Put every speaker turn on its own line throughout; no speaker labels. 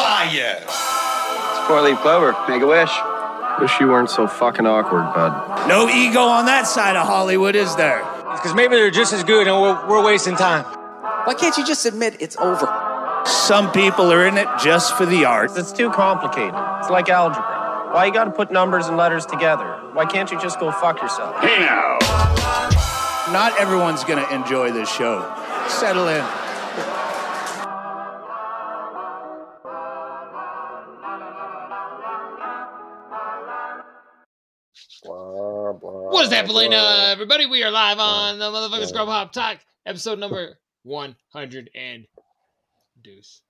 fire.
It's four leaf clover. Make a wish.
Wish you weren't so fucking awkward, bud.
No ego on that side of Hollywood, is there?
Because maybe they're just as good and we're, we're wasting time.
Why can't you just admit it's over?
Some people are in it just for the art.
It's too complicated. It's like algebra. Why you gotta put numbers and letters together? Why can't you just go fuck yourself?
Hey now. Not everyone's gonna enjoy this show. Settle in.
What is happening, uh, everybody? We are live on the motherfucking Scrub Hop Talk, episode number 100 and deuce.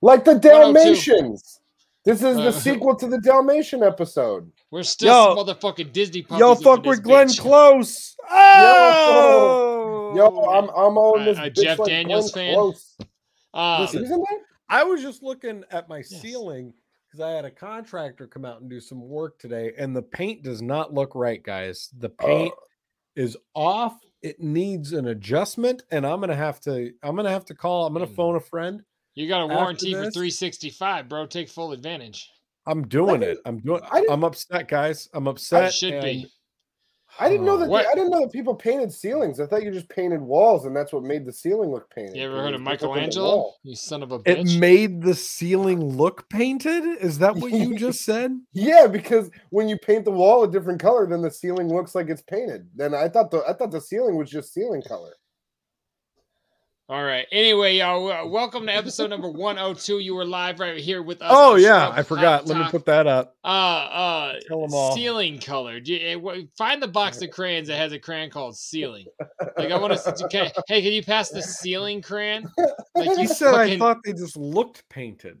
Like the
102.
Dalmatians. This is the
Uh,
sequel to the Dalmatian episode.
We're still some motherfucking Disney puppies.
Yo,
up in
fuck
this
with Glenn
bitch.
Close. Oh,
Yo, I'm I'm all in this.
Uh, uh,
bitch
Jeff
like
Daniels
Glenn
fan?
Close.
Um,
This isn't it?
I was just looking at my
Yes.
ceiling because I had a contractor come out and do some work today, and the paint does not look right, guys. The paint is off. It needs an adjustment, and I'm gonna have to. I'm gonna have to call. I'm gonna
Mm.
phone a friend.
you got a
after
warranty for
this-
365, bro. Take full advantage.
I'm doing
didn't-
it. I'm doing.
I didn't-
I'm upset, guys. I'm
That
upset.
should
and-
be.
I didn't
Oh.
know that.
uh, What?
They, I didn't know that people painted ceilings. I thought you just painted walls, and that's what made the ceiling look painted.
You
It
ever heard
was
of
just looking at the
Michelangelo?
wall.
You son of a
It
bitch.
made the ceiling look painted. Is that what you just said?
Yeah, because when you paint the wall a different color, then the ceiling looks like it's painted. Then I thought the I thought the ceiling was just ceiling color.
All right. Anyway, y'all, uh, welcome to episode number 102. You were live right here with us.
Oh
on
yeah,
Scrub
I
Hop
forgot. Let me
Talk.
put that up.
uh uh
Tell them all.
ceiling color. Do you- eh, wh- Find the box of crayons that has a crayon called ceiling. Like I want to. Can, hey, can you pass the ceiling crayon? Like
He
you
said I
fucking-
thought they just looked painted.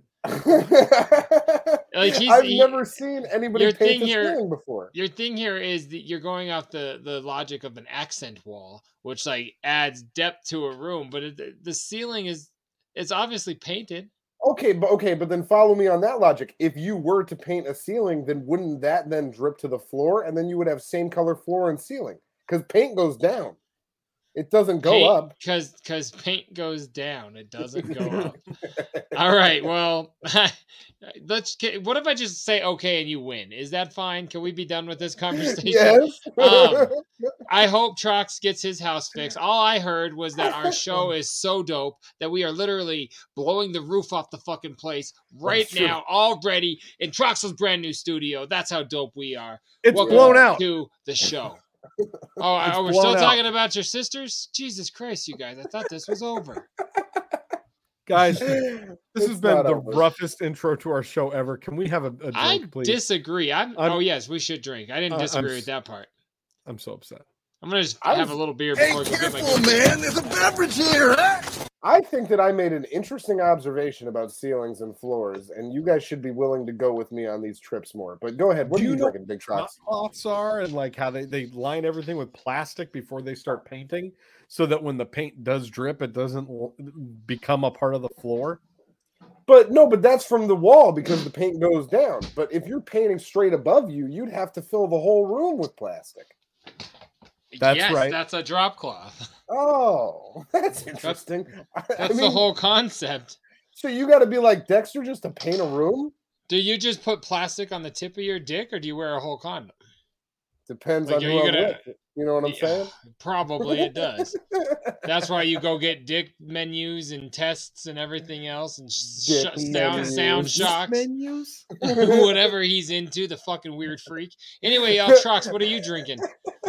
he's-
I've
he-
never seen anybody
your
paint
thing
the
here-
ceiling before.
Your thing here is that you're going off the the logic of an accent wall, which like adds depth to a room, but it, the- the ceiling is it's obviously painted.
Okay, but okay, but then follow me on that logic. If you were to paint a ceiling, then wouldn't that then drip to the floor, and then you would have same color floor and ceiling because paint goes down. It doesn't go up.
because because paint goes down. It doesn't go up. All right. Well, let's. ca- What if I just say okay and you win? Is that fine? Can we be done with this conversation?
Yes.
Um, I hope Trox gets his house fixed. All I heard was that our show is so dope that we are literally blowing the roof off the fucking place
Oh,
right
true.
now already in Trox's brand new studio. That's how dope we are.
It's
Welcome
blown out.
to the show. Oh, I-
It's
we're still
blown out.
talking about your sisters? Jesus Christ, you guys. I thought this was over.
Guys, this
this
has been the roughest intro to our show ever. Can we have a, a drink,
I
please?
disagree. I'm,
I'm-
oh yes, we should drink. I didn't
I- I'm
disagree with
s-
that part.
I'm so upset.
I'm gonna just
I
have a
was-
little beer before I go get my coffee.
There's a beverage here, huh?
I think that I made an interesting observation about ceilings and floors, and you guys should be willing to go with me on these trips more. But go ahead. What
Do
are
you
you
know-
drinking, Big
My
Trucks?
thoughts are and like how they, they line everything with plastic before they start painting so that when the paint does drip, it doesn't l- become a part of the floor.
But no, but that's from the wall because the paint goes down. But if you're painting straight above you, you'd have to fill the whole room with plastic.
That's
yes,
right.
That's a drop cloth.
Oh, that's interesting. I- I
That's the
mean,
whole concept.
So you got to be like Dexter just to paint a room.
Do you just put plastic on the tip of your dick, or do you wear a whole condom?
Depends
Like,
on
are
who
you
I'm
gonna-
with. You know what I'm
Yeah,
saying?
Probably it does. That's why you go get dick menus and tests and everything else, and sh-
Dick
sh- sound sound
menus.
shocks,
Menus?
whatever he's into. The fucking weird freak. Anyway, y'all, Trox, what are you drinking?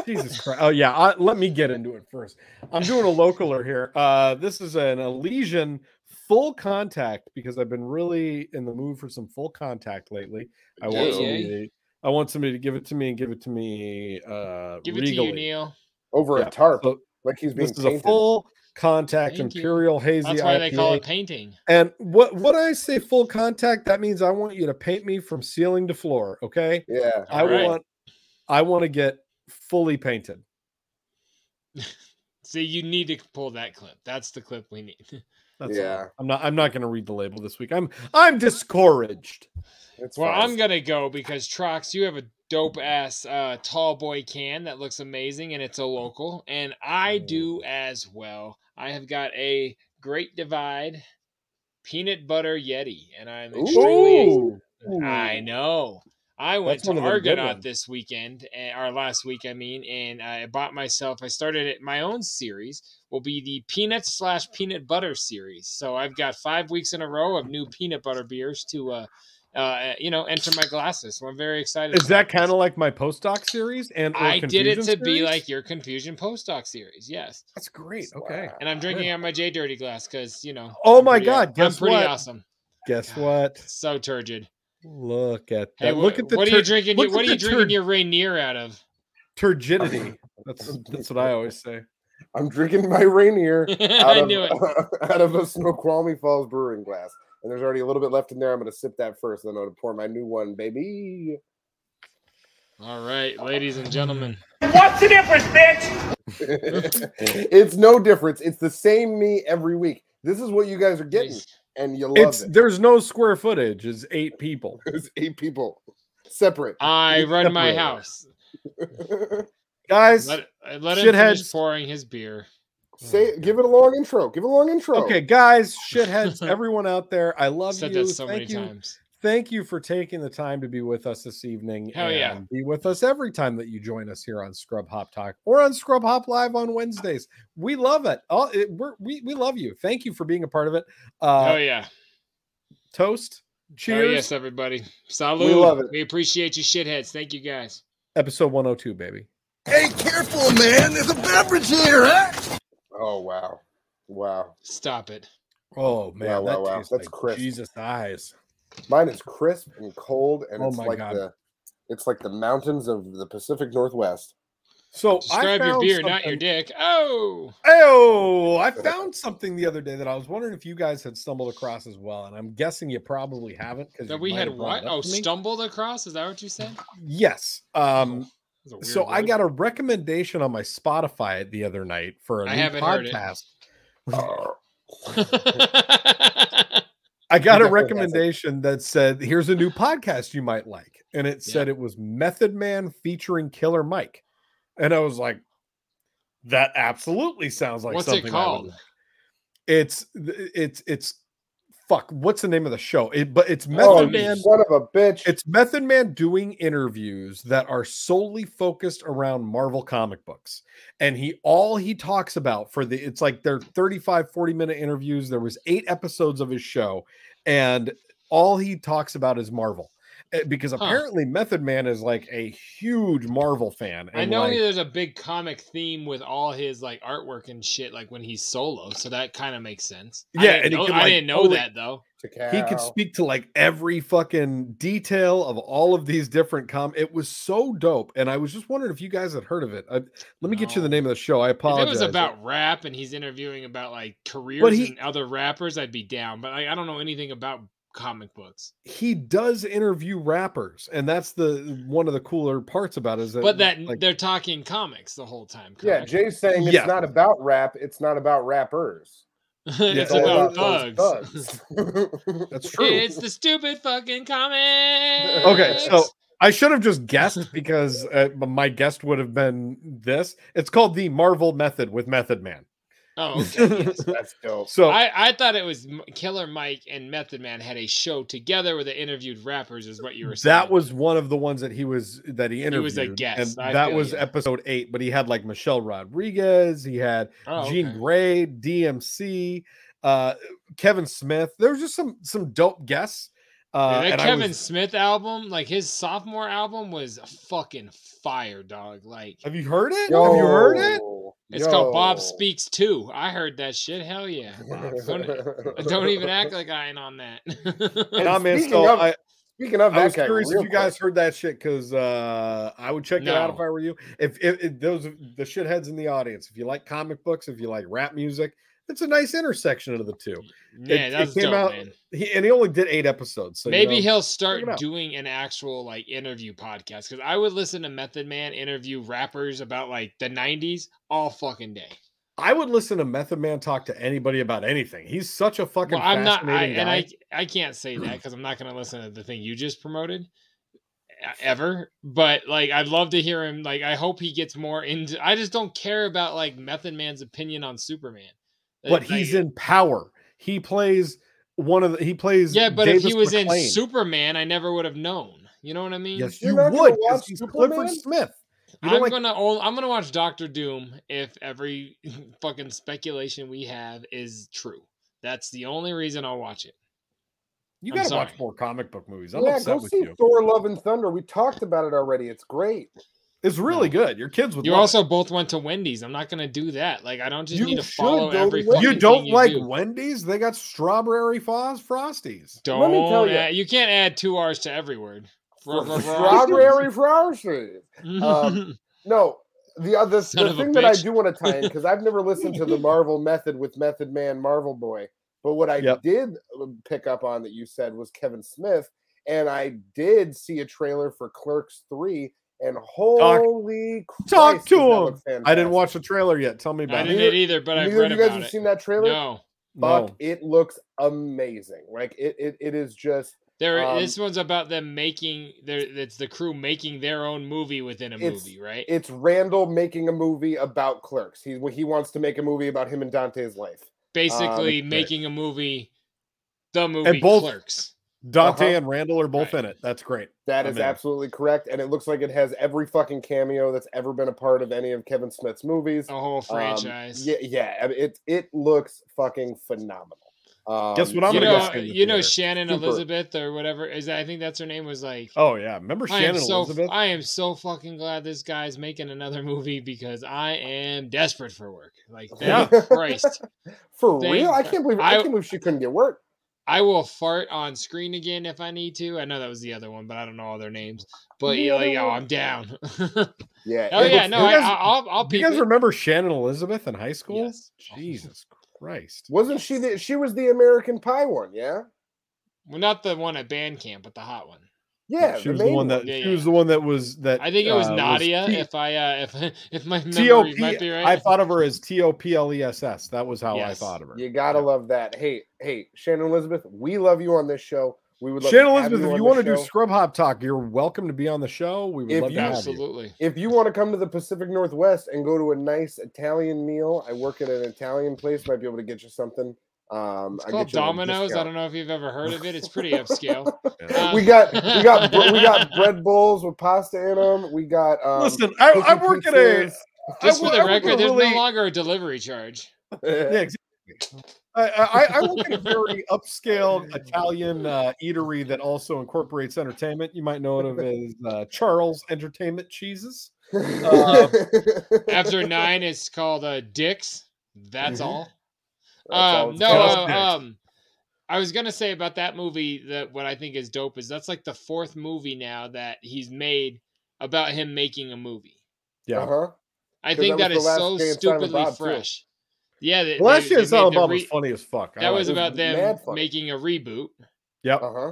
Jesus Christ. Oh, yeah. I, let me get into it first. I'm doing a localer here. Uh, this is an Elysian full contact because I've been really in the mood for some full contact lately. I want,
Yay.
somebody to, I want somebody to give it to me and give it to me uh,
Give it to
regally.
you, Neil.
Over
Yeah,
a tarp,
so
like he's being
this is
painted.
a full contact
Thank you.
imperial hazy
That's why they call
IPA.
it painting.
And what what I say full contact, that means I want you to paint me from ceiling to floor. Okay,
yeah.
I
All right.
want I want to get fully painted.
See, you need to pull that clip. That's the clip we need.
That's all.
yeah,
I'm not. I'm not going to read the label this week. I'm. I'm discouraged.
it's
well,
fine.
I'm gonna go because Trox, you have a dope ass uh, tall boy can that looks amazing, and it's a local,
Mm.
and I do as well. I have got a Great Divide peanut butter Yeti, and I'm extremely.
Ooh.
I know. I went
That's one
to
of the good
Argonaut
ones.
this weekend, eh, or last week, I mean, and I bought myself. I started it. My own series will be the peanut slash peanut butter series. So I've got five weeks in a row of new peanut butter beers to, uh, uh, you know, enter my glasses. So I'm very excited.
Is that kind
of?
of like my postdoc series? And or
I did it to
Confusion
be
series?
like your confusion postdoc series, yes.
that's great. Okay.
And I'm drinking out my J Dirty glass because you know.
Oh
I'm
my
pretty- uh,
God, guess
I'm pretty
what?
awesome.
Guess what?
So turgid.
Look at that.
Hey,
look
wh-
at the
what are
tur-
you drinking?
look
Your, what
at
are you
the tur-
drinking your Rainier out of?
turgidity. That's that's what I always say.
I'm drinking my Rainier out
I
of,
knew it.
out of a Snoqualmie Falls brewing glass. And there's already a little bit left in there. I'm going to sip that first, then I'm going to pour my new one, baby.
All right, ladies and gentlemen.
it's no difference. It's the same me every week. This is what you guys are getting,
Jeez.
and you love
It's
it.
there's no square footage. It's eight people.
There's eight people separate.
I run my
Separated.
house.
Oh, Guys,
Let, I let him finish
Shitheads.
pouring his beer.
Say, give it a long intro. Give it a long intro.
okay, guys, shitheads, everyone out there, I love
Said
you.
that so many
Thank you.
times.
Thank you for taking the time to be with us this evening.
Hell
and
yeah.
Be with us every time that you join us here on Scrub Hop Talk or on Scrub Hop Live on Wednesdays. We love it. All it, we're, we we love you. Thank you for being a part of it. Uh,
oh yeah.
Toast. Cheers.
Oh yes, everybody. Salud.
We love it.
We appreciate you shitheads. Thank you guys.
Episode 102, baby.
Hey, careful, man. There's a beverage here, huh?
Oh wow, wow.
Stop it.
Oh man,
wow,
that
wow.
tastes
That's
like
crisp.
Jesus eyes.
Mine is crisp and cold, and
Oh
it's
my
like
God.
the it's like the mountains of the Pacific Northwest.
So
Describe
I
your
found
beer, not your
something-
dick. Oh.
Oh, I found something the other day that I was wondering if you guys had stumbled across as well, and I'm guessing you probably haven't because
That we had what? Oh, stumbled across? Is that what you said?
Yes. Um,
That's a weird
so I
word.
got a recommendation on my Spotify the other night for a
I
new
haven't heard it.
podcast.
Oh,
I got a
You definitely haven't.
recommendation that said, "Here's a new podcast you might like," and it said it was Method Man featuring Killer Mike, and I was like, "That absolutely sounds like
What's
something." I
it
would
called?
like." It's th- it's it's fuck. What's the name of the show? It, but it's Method
Oh, you
Man.
son of a bitch!
It's Method Man doing interviews that are solely focused around Marvel comic books. And he all he talks about for the it's like they're 35 40 minute interviews. There was 8 episodes of his show and all he talks about is Marvel. Eh, Because apparently Method Man is like a huge Marvel fan.
I
and,
know
like,
there's a big comic theme with all his like artwork and shit, like when he's solo. So that kind of makes sense. I
Yeah,
didn't
and he
know,
can,
I
like,
didn't know
totally-
that though.
he could
Takao.
speak to like every fucking detail of all of these different com. It was so dope, and I was just wondering if you guys had heard of it. I, let me get you the
No.
name of the show. I
If it
apologize.
was about rap and he's interviewing about like careers
he-
and other rappers, I'd be down. But like, I don't know anything about comic books.
he does interview rappers, and that's the one of the cooler parts about it is that.
But that
like,
they're talking comics the whole time.
yeah,
Correct?
Jay's saying it's
Yeah.
not about rap. It's not about rappers.
it's
Yeah.
about
all
thugs.
about those thugs.
that's true.
it's the stupid fucking comics.
okay, so I should have just guessed because uh, my guest would have been this. It's called the Marvel Method with Method Man.
oh, okay, yes.
That's dope.
So
I, I thought it was M- Killer Mike and Method Man had a show together where they interviewed rappers, is what you were saying.
that was one of the ones that he was that he interviewed.
was a guest,
and
I
that
feel
was
ya.
episode eight. But he had like Michelle Rodriguez, he had
Oh,
Gene
okay.
Gray, DMC, uh, Kevin Smith. There was just some some dope guests. Uh,
Dude, that
and I
Kevin
was-
Smith album, like his sophomore album, was fucking fire, dog. Like
have you heard it? Have you heard it?
Yo,
it's called Bob
yo.
Speaks Too. I heard that shit. Hell yeah. Bob. Don't, e, don't even act like I ain't on that.
And
Nah, man,
speaking
so
of-
I,
Speaking of that,
I was
guy,
curious if
real
you guys
quick,
heard that shit because uh, I would check it out if
No.
I were you. If, if, if those the shitheads in the audience, if you like comic books, if you like rap music, it's a nice intersection of the two.
yeah,
it
that's
came
dope,
out-
man.
He, and he only did eight episodes, so you
Maybe
know,
he'll
it
start
out.
doing an actual like interview podcast because I would listen to Method Man interview rappers about like the '90s all fucking day.
I would listen to Method Man talk to anybody about anything. He's such a fucking
Well, I'm not, I,
fascinating
and
guy.
I I can't say that because I'm not going to listen to the thing you just promoted uh, ever. But like, I'd love to hear him. Like, I hope he gets more into. I just don't care about like Method Man's opinion on Superman. Uh,
but he's
like,
in power. He plays one of the he plays.
Yeah, but if
Davis
he was in
McClain.
Superman, I never would have known. You know what I mean?
yes,
You're
you
not gonna
would. 'cause
watch
he's
Superman?
Clifford Smith. You
I'm
don't like
gonna ol- I'm gonna watch Doctor Doom if every fucking speculation we have is true. That's the only reason I'll watch it.
you
I'm
gotta
sorry.
watch more comic book movies. I'm
yeah,
upset
go
with
see
you.
Thor: Love and Thunder. We talked about it already. It's great.
It's really good. Your kids would.
You
love
also
it.
both went to Wendy's. I'm not gonna do that. Like I don't just
You
need to
should go
follow
to
every.
Wendy's.
fucking
You
thing
don't like
do.
Wendy's? They got strawberry Foz frosties.
Don't
Let me tell you.
add- you can't add two R's to every word. Fr- fr- fr-
Strawberry Frosties. um, No, the other
Son
the
of a
thing that I
bitch.
do want to tie in because I've never listened to the Marvel Method with Method Man, Marvel Boy. But what I
Yep.
did uh, pick up on that you said was Kevin Smith, and I did see a trailer for Clerks Three, and holy
talk
Christ,
to
does that
him. I
look
didn't
fantastic.
watch the trailer yet. Tell me
I
about it.
didn't
Neither-
either, but I've
Neither
read
of you guys
about
have
it.
seen that trailer.
No,
No.
Fuck, it looks amazing. Like it, it, it is just
there.
Um,
this one's about them making. There, it's the crew making their own movie within a
It's-
movie, right?
it's Randall making a movie about Clerks. He he wants to make a movie about him and Dante's life.
Basically,
um,
great.
making a movie. The movie
both-
Clerks.
Dante
Uh-huh.
and Randall are both
Right.
in it. That's great.
That
I'm
is
in.
absolutely correct, and it looks like it has every fucking cameo that's ever been a part of any of Kevin Smith's movies.
A whole
Um,
Oh, franchise.
yeah, yeah. I mean, it it looks fucking phenomenal. Um,
Guess what I'm
you
gonna go
know,
see in the
you know
theater.
Shannon
Super.
Elizabeth or whatever is. That, I think that's her name. Was like,
Oh yeah, remember
I am
Shannon
so
Elizabeth?
I am so fucking glad this guy's making another movie because I am desperate for work. Like,
Yeah.
thank Christ,
for
Thank
real? I
God.
can't believe I,
I-
can't believe she couldn't get work.
I will fart on screen again if I need to. I know that was the other one, but I don't know all their names. But yeah, like, oh, I'm down. oh
Yeah. it
yeah,
looks-
no,
you
I,
guys-
I'll I'll
Do you
peep
guys
it.
remember Shannon Elizabeth in high school?
Yes.
Jesus Christ.
Wasn't she the she was the American Pie one? Yeah.
Well, not the one at band camp, but the hot one.
Yeah.
she was the
main
one that
Yeah,
she
yeah.
was the one that was that
I think it was
uh,
Nadia.
T-
if I uh, if if my memory
T-O-P-
might be right.
I thought of her as T O P L E S S. That was how I
Yes.
thought of her.
You gotta
Yeah.
love that. Hey, hey, Shannon Elizabeth, we love you on this show. We would love to
Shannon
have
Elizabeth, if you
on
want
the
to do
show.
scrub hop talk, you're welcome to be on the show. We would
If
love
you-
to have you.
Absolutely.
if you want to come to the Pacific Northwest and go to a nice Italian meal, I work at an Italian place. Might be able to get you something. Um,
It's
I
called
get you a
Domino's. I
discount.
don't know if you've ever heard of it. It's pretty upscale.
Yeah.
Um,
we got we got bre- we got bread bowls with pasta in them. We got um,
Listen, I,
cookie
I work at a
pizzas.
I
Just for
work-
the
I work at a
record, there's
really-
no longer a delivery charge.
Yeah, exactly. I, I, I work at a very upscale Italian uh, eatery that also incorporates entertainment. You might know it of as uh, Charles Entertainment Cheeses.
uh, After nine, it's called uh, Dick's. That's
Mhm.
all.
That's all
Um,
it's
no,
called.
uh,
Dicks.
um, I was gonna say about that movie that what I think is dope is that's like the fourth movie now that he's made about him making a movie.
Yeah.
Uh-huh.
I
'Cause
think
that
that
was
is
the
so
last Jay and Silent
stupidly
Bob, too.
fresh. Yeah, they,
Well,
they-
that
they
shit in
made
Silent
the
Bob
re-
was funny as fuck. I
That
like
was
it.
It was
about them
mad funny.
making a reboot.
Yep.
Uh-huh.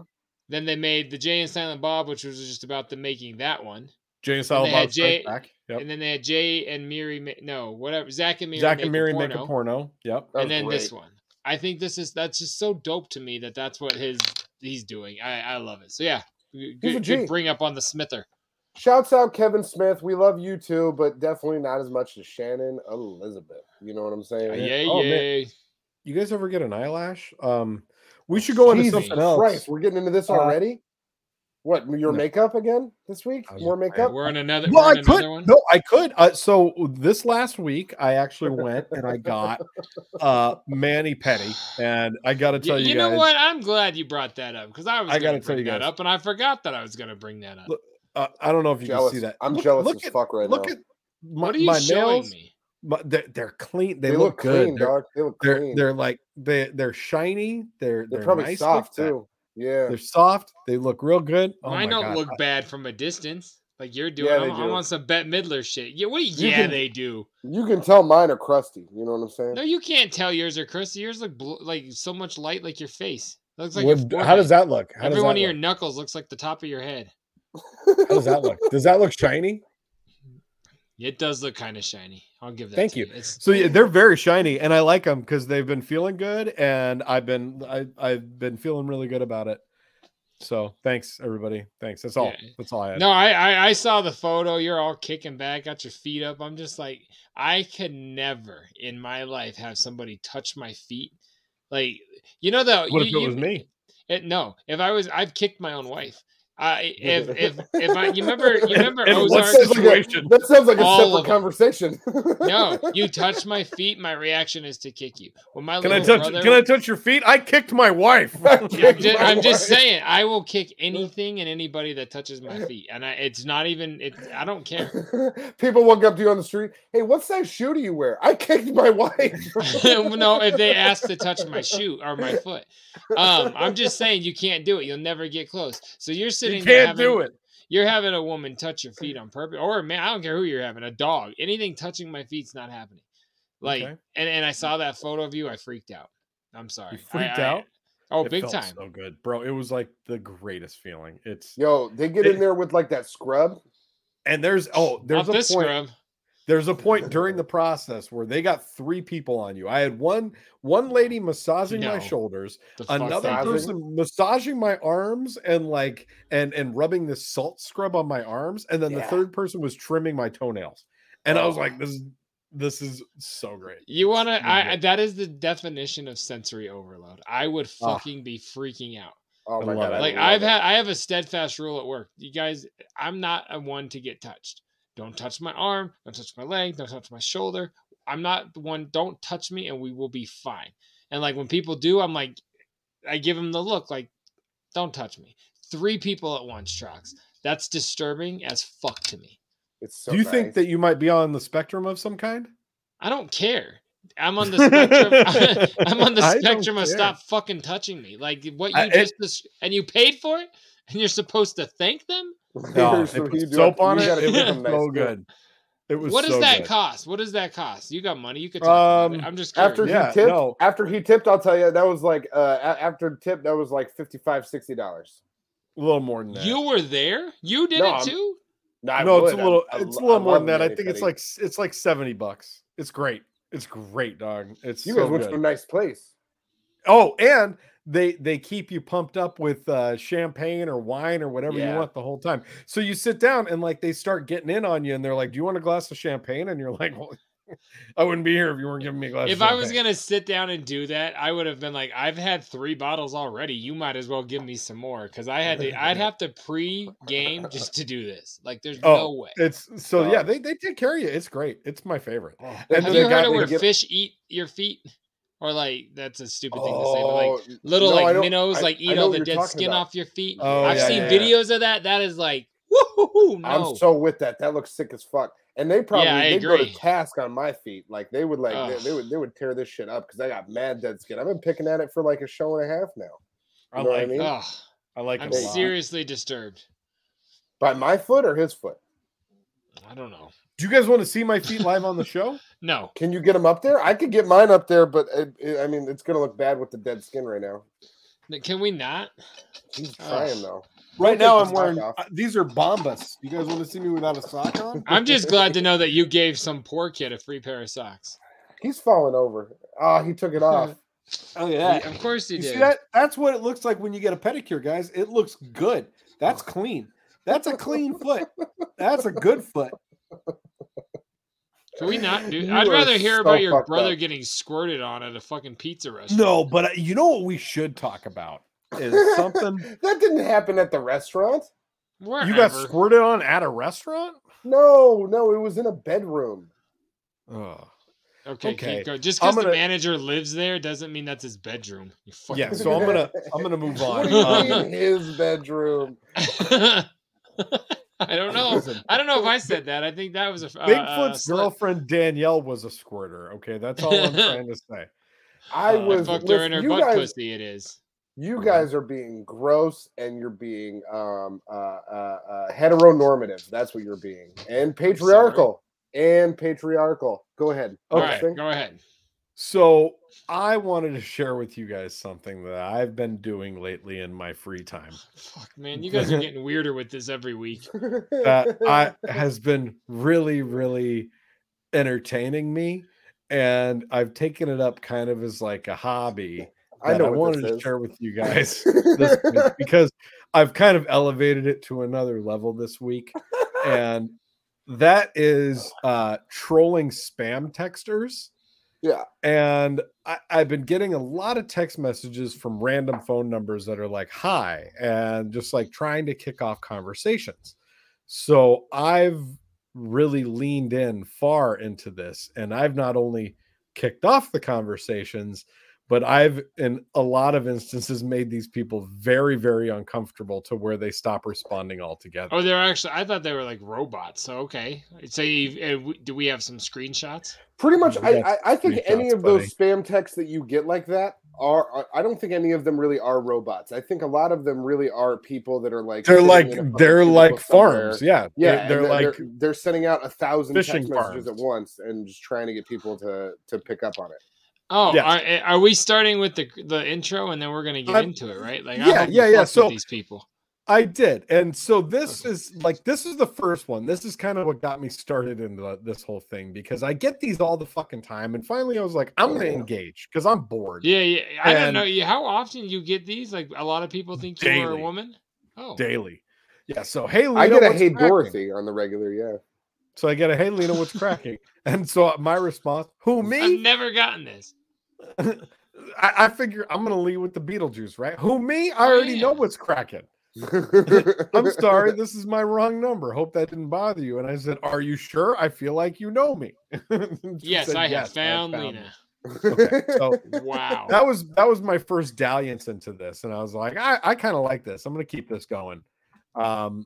Then they made the Jay and Silent Bob, which was just about them making that one.
Jay and Silent
they had
Bob Strike
Jay-
Back. Yep.
And then they had Jay and Miri, ma- no, whatever, Zach and Miri,
Zach
make
and
a
Mary make a
porno,
porno. Yep.
That was
and then this
great.
one. I think this is that's just so dope to me that that's what his he's doing. I I love it. So yeah, g-
He's a
good, good
G.
bring up on the Smither.
Shouts out Kevin Smith. We love you too, but definitely not as much as Shannon Elizabeth. You know what I'm saying?
Yeah.
Yay
Oh, man.
yay!
You guys ever get an eyelash? Um, we should go into
Jesus
something else.
Christ, we're getting into this
Uh,
already. what your
no.
makeup again this week?
I was
More
just- I-
makeup?
We're on another.
Well,
we're on
I could.
another one.
No, I could. Uh, so this last week, I actually went and I got uh Manny Petty, and I got to
Y-
tell you,
you know
guys,
what? I'm glad you brought that up because I was
I
going
gotta
to
tell
bring
you
that
guys.
up, and I forgot that I was going to bring that up.
Look, Uh, I don't know if you
Jealous.
can see that.
I'm
Look-
jealous
look
as
at,
fuck right
Look
now.
at my,
what are you
my
showing
nails.
me?
my- they're, they're clean. They,
They,
look,
look,
good.
clean,
they're,
dog. They look
They're
clean.
they're like they they're shiny. They're
They're
they're,
probably
nice
soft
looked at.
too. Yeah.
They're soft. They look real good. Oh
Mine
my
don't
God.
look bad from a distance, like you're doing.
Yeah,
I'm,
they
I'm
do.
on some Bette Midler shit. Yeah, what? do you-
You
yeah,
can-
they do.
You can tell mine are crusty. You know what I'm saying?
No, you can't tell yours are crusty. Yours look bl- like so much light, like your face. It looks like your
What- how does
forehead.
that look? How
Every
does
one
that
of your
look?
knuckles looks like the top of your head.
How does that look? Does that look shiny?
It does look kind of shiny. I'll give that.
Thank
to
you.
It's
So yeah, they're very shiny, and I like them because they've been feeling good, and I've been I, I've been feeling really good about it. So thanks everybody. Thanks. That's all.
Yeah.
That's all I had.
No, I, I I saw the photo. You're all kicking back, got your feet up. I'm just like, I could never in my life have somebody touch my feet Like you know though,
What
you,
if it
you-
was me?
it- no, if I was, I've kicked my own wife. I if if if I you remember you remember Ozark?
sounds like a, that sounds like
All
a
of
separate
'em.
conversation.
No, you touch my feet, my reaction is to kick you. When my
Can I
little
touch?
brother,
Can I touch your feet? I kicked my wife.
I'm
Kick
just,
my
I'm just
wife.
saying, I will kick anything and anybody that touches my feet, and I, it's not even. It, I don't care.
People walk up to you on the street. Hey, what size shoe do you wear? I kicked my wife.
no, if they ask to touch my shoe or my foot, um, I'm just saying you can't do it. You'll never get close. So you're sitting.
you
there
can't
having-
do it.
You're having a woman touch your feet on purpose, or man, I don't care who you're having. A dog, anything touching my feet's not happening. Like,
Okay.
and and I saw that photo of you. I freaked out. I'm sorry.
You
I-
freaked
I-
out.
Oh,
It
big
felt
time.
So good, bro. It was like the greatest feeling. It's
Yo, they get in there with like that scrub.
and there's oh there's
Off
a point.
this scrub.
There's a point during the process where they got three people on you. I had one one lady massaging
No.
my shoulders,
The fuck
another
they
Massaging?
do.
person massaging my arms and like and and rubbing this salt scrub on my arms, and then the
Yeah.
third person was trimming my toenails. And I was
Oh.
like, this is this is so great.
You want to? I I-
Mhm.
that is the definition of sensory overload. I would
Ah.
fucking be freaking out.
Oh
I
my
love it.
god! I
Like
love
I've
it.
had, I have a steadfast rule at work. You guys, I'm not a one to get touched. Don't touch my arm. Don't touch my leg. Don't touch my shoulder. I'm not the one. Don't touch me, and we will be fine. And like when people do, I'm like, I give them the look, like, don't touch me. Three people at once, Trox. That's disturbing as fuck to me.
It's so
Do you
nice.
think that you might be on the spectrum of some kind?
I don't care. I'm on the spectrum. I'm on the
I don't
spectrum of
care.
stop fucking touching me. Like what you
I- it-
just dis- and you paid for it, and you're supposed to thank them.
No,
Here's
they
some-
put
you do
soap
have-
on
you
it.
gotta
It
give
was
them nice
so
food.
good. It was
What does
so
that
good.
cost? What does that cost? You got money. You could talk about
Um,
it. I'm just curious.
After
Yeah,
he tipped,
no.
after he tipped, I'll tell you that was like uh a- after tip that was like 55 dollars.
A little more than that.
you were there. You did
No,
it
I'm-
too.
no, it's a little, it's a little more than that. I think it's like s- it's like seventy bucks. It's great. It's great, dog. It's
you
so
guys went to a
good.
nice place.
Oh, and they they keep you pumped up with uh, champagne or wine or whatever
Yeah.
you want the whole time. So you sit down and like they start getting in on you, and they're like, "Do you want a glass of champagne?" And you're like, well, "I wouldn't be here if you weren't giving me a glass."
If
of
I was
champagne."
gonna sit down and do that, I would have been like, I've had three bottles already. You might as well give me some more because I had to. I'd have to pre-game just to do this. Like there's no
Oh,
way.
it's so yeah,
Um,
they they take care of you. It's great. It's my favorite.
They-
And
Have
then
you
got-
heard of
they
where
give-
fish eat your feet? Or like that's a stupid thing to say, but like
Oh,
little
no, I
like
don't-
minnows
I-
like
I
eat
know
all
what
the
you're
dead
talking
skin
about.
off your feet.
Oh,
I've
yeah,
seen
yeah, yeah.
videos of that. That is like woo no.
I'm so with that. That looks sick as fuck. And they probably
I
they go
agree.
to task on my feet. Like they would like they, they
Ugh.
would they would tear this shit up because I got mad dead skin. I've been picking at it for like a show and a half now.
I
know what I
like
mean?
Ugh,
I like
I'm
it a lot.
seriously disturbed.
By my foot or his foot?
I don't know.
Do you guys want to see my feet live on the show?
No.
Can you get them up there? I could get mine up there, but it, it- I mean it's gonna look bad with the dead skin right now.
N- Can we not?
He's
Ugh.
trying though.
Right
take
now,
the
I'm
sock
wearing
off.
uh, these are bombas. You guys want to see me without a sock on?
I'm just glad to know that you gave some poor kid a free pair of socks.
He's falling over. Ah, he took it off.
Oh
Yeah, of course you,
You
did.
see that? That's what it looks like when you get a pedicure, guys. It looks good.
Oh.
That's clean. That's a clean foot. That's a good foot.
Can we not do?
You
I'd
are
rather hear
so
about your
fucked
brother
up.
getting squirted on at a fucking pizza restaurant.
No, but uh, you know what we should talk about is something
that didn't happen at the restaurant.
Wherever.
you got squirted on at a restaurant.
No, no, it was in a bedroom.
Oh,
Okay,
Okay.
keep going. Just
I'm
because the
gonna-
manager lives there doesn't mean that's his bedroom. You fucking
yeah. So I'm gonna I'm gonna move on.
What do you
Um,
mean his bedroom?
I don't know.
Listen.
I don't know if I said that. I think that was a f- uh, uh,
Bigfoot's
slip.
girlfriend Danielle was a squirter. Okay, that's all I'm trying to say. Uh,
I
I
was
fucked her
listen,
in her
you
butt
guys,
pussy. It is.
You guys are being gross and you're being um uh, uh, uh heteronormative. That's what you're being. And patriarchal. And patriarchal. Go ahead.
All
Okay.
right, go ahead.
So I wanted to share with you guys something that I've been doing lately in my free time
Fuck, man, you guys are getting weirder with this every week.
that Uh, I has been really, really entertaining me. And I've taken it up kind of as like a hobby.
I
that
know
I
what
wanted
this
to
is.
share with you guys this week because I've kind of elevated it to another level this week. And that is uh trolling spam texters.
Yeah.
And I, I've been getting a lot of text messages from random phone numbers that are like, hi, and just like trying to kick off conversations. So I've really leaned in far into this. And I've not only kicked off the conversations, but I've, in a lot of instances, made these people very, very uncomfortable to where they stop responding altogether.
Oh, they're actually. I thought they were like robots. So okay. So you, uh, w- do we have some screenshots?
Pretty much, I,
Yes,
I, I think
screenshots,
any of those spam texts that you get like that are, are- I don't think any of them really are robots. I think a lot of them really are people that are like
They're
sitting
like,
in a fucking
they're
cubicle
like
somewhere.
farms. Yeah.
Yeah,
They're,
and
they're like,
they're, they're sending out a thousand text
fishing
messages
farms.
at once and just trying to get people to to pick up on it.
Oh,
Yes.
are, are we starting with the the intro and then we're gonna get
I'm-
into it, right? Like,
yeah,
hope you
yeah, yeah,
fucked with
so-
these people.
I did. And so this is like this is the first one. This is kind of what got me started into the- this whole thing because I get these all the fucking time and finally I was like I'm going to engage cuz I'm bored.
Yeah, yeah. I don't
And-
know you- how often you get these. Like, a lot of people think you are a
Daily.
woman. Oh,
Daily. Yeah, so hey Lena,
I get a
Oh, what's
Hey
cracking?"
Dorothy on the regular, yeah.
So I get a hey Lena what's cracking. And so my response, who
I've
me?
never gotten this.
I, I figure I'm going to lead with the Beetlejuice, right? Who me? I
Oh,
already
yeah.
know what's cracking. I'm sorry, this is my wrong number. Hope that didn't bother you. And I said, Are you sure? I feel like you know me. She
Yes,
said,
I have
"Yes,
found,
you."
Lena.
Okay, so
Wow.
that was that was my first dalliance into this, and I was like, I, I kind of like this. I'm gonna keep this going. Um,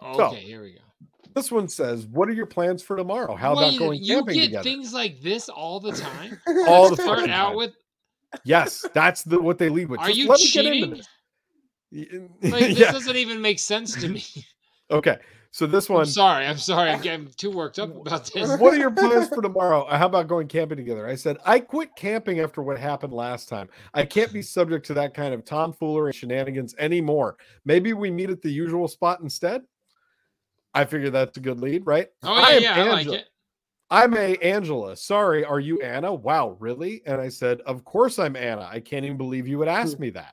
Oh,
so,
okay, here we go.
this one says, "What are your plans for tomorrow? How
Wait,
about going
you
camping
get
together?"
things like this all the time.
All the
Start
fucking
out
time.
with,
yes, that's the what they lead with.
are
Just
you
let me get into
cheating?
this. Y-
Like, this
yeah.
doesn't even make sense to me.
Okay. So this
I'm
one.
sorry. I'm sorry. I'm getting too worked up about this.
What are your plans for tomorrow? Uh, How about going camping together? I said, I quit camping after what happened last time. I can't be subject to that kind of tomfoolery and shenanigans anymore. Maybe we meet at the usual spot instead. I figure that's a good lead, right?
Oh yeah, yeah. I like
Angela.
it.
I'm a Angela. Sorry, are you Anna? Wow, really? And I said, Of course I'm Anna. I can't even believe you would ask
Hmm.
me that.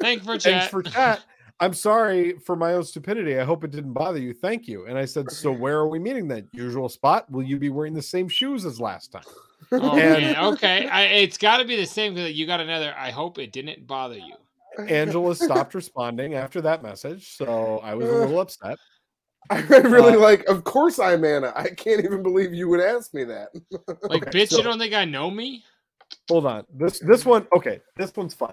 Thanks for
Thanks
chat.
for that. I'm sorry for my own stupidity. I hope it didn't bother you. Thank you. And I said, So where are we meeting then? Usual spot? Will you be wearing the same shoes as last time?
Oh,
And-
man, okay, I, it's got to be the same because you got another. I hope it didn't bother you.
Angela stopped responding after that message. So I was a little upset.
I really
Uh,
like, of course I'm Anna. I can't even believe you would ask me that.
Like,
Okay,
bitch,
so-
you don't think I know me?
Hold on. This this one, okay. This one's fun.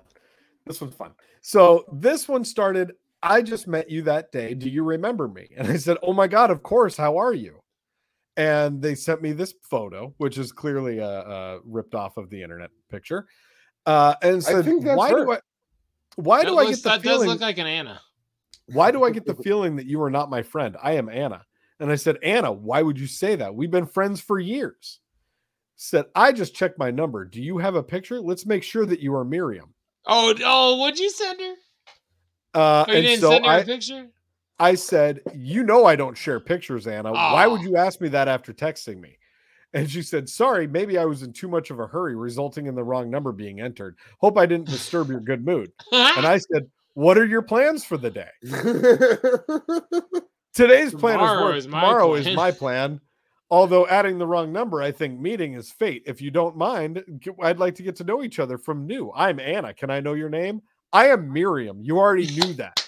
This one's fun. So this one started. I just met you that day. Do you remember me? And I said, Oh my God, of course. How are you? And they sent me this photo, which is clearly uh, uh, ripped off of the internet picture. Uh, and said,
think that's
Why do
her.
I? Why
That
do I
looks-
get the
that
feeling?
does look like an Anna.
why do I get the feeling that you are not my friend? I am Anna. And I said, Anna, why would you say that? We've been friends for years. Said, I just checked my number. Do you have a picture? Let's make sure that you are Miriam.
Oh, oh, would you send her?
Uh,
Oh, you
and
didn't
so
send her a
I,
picture?
I said, You know, I don't share pictures, Anna. Why would
Aw.
you ask me that after texting me? And she said, Sorry, maybe I was in too much of a hurry, resulting in the wrong number being entered. Hope I didn't disturb your good mood. And I said, What are your plans for the day? Today's plan is,
Tomorrow
work.
is my
tomorrow
plan.
is my plan. Although adding the wrong number, I think meeting is fate. If you don't mind, g- I'd like to get to know each other from new. I'm Anna. Can I know your name? I am Miriam. You already knew that.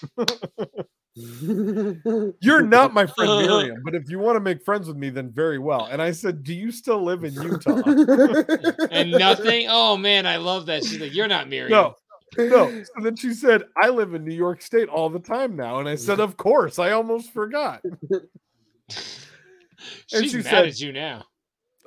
You're not my friend Miriam, but if you want to make friends with me, then very well. And I said, Do you still live in Utah?
and nothing. Oh man, I love that. She's like, you're not Miriam.
No, no. So then she said, I live in New York State all the time now. And I said, Of course. I almost forgot. and
she's
she
mad
said-
at you now.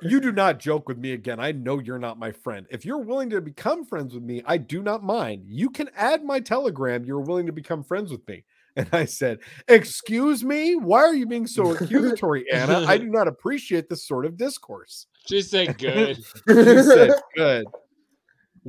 You do not joke with me again. I know you're not my friend. If you're willing to become friends with me, I do not mind. You can add my telegram. You're willing to become friends with me. And I said, Excuse me? Why are you being so accusatory, Anna? I do not appreciate this sort of discourse.
She said, good.
She said, Good.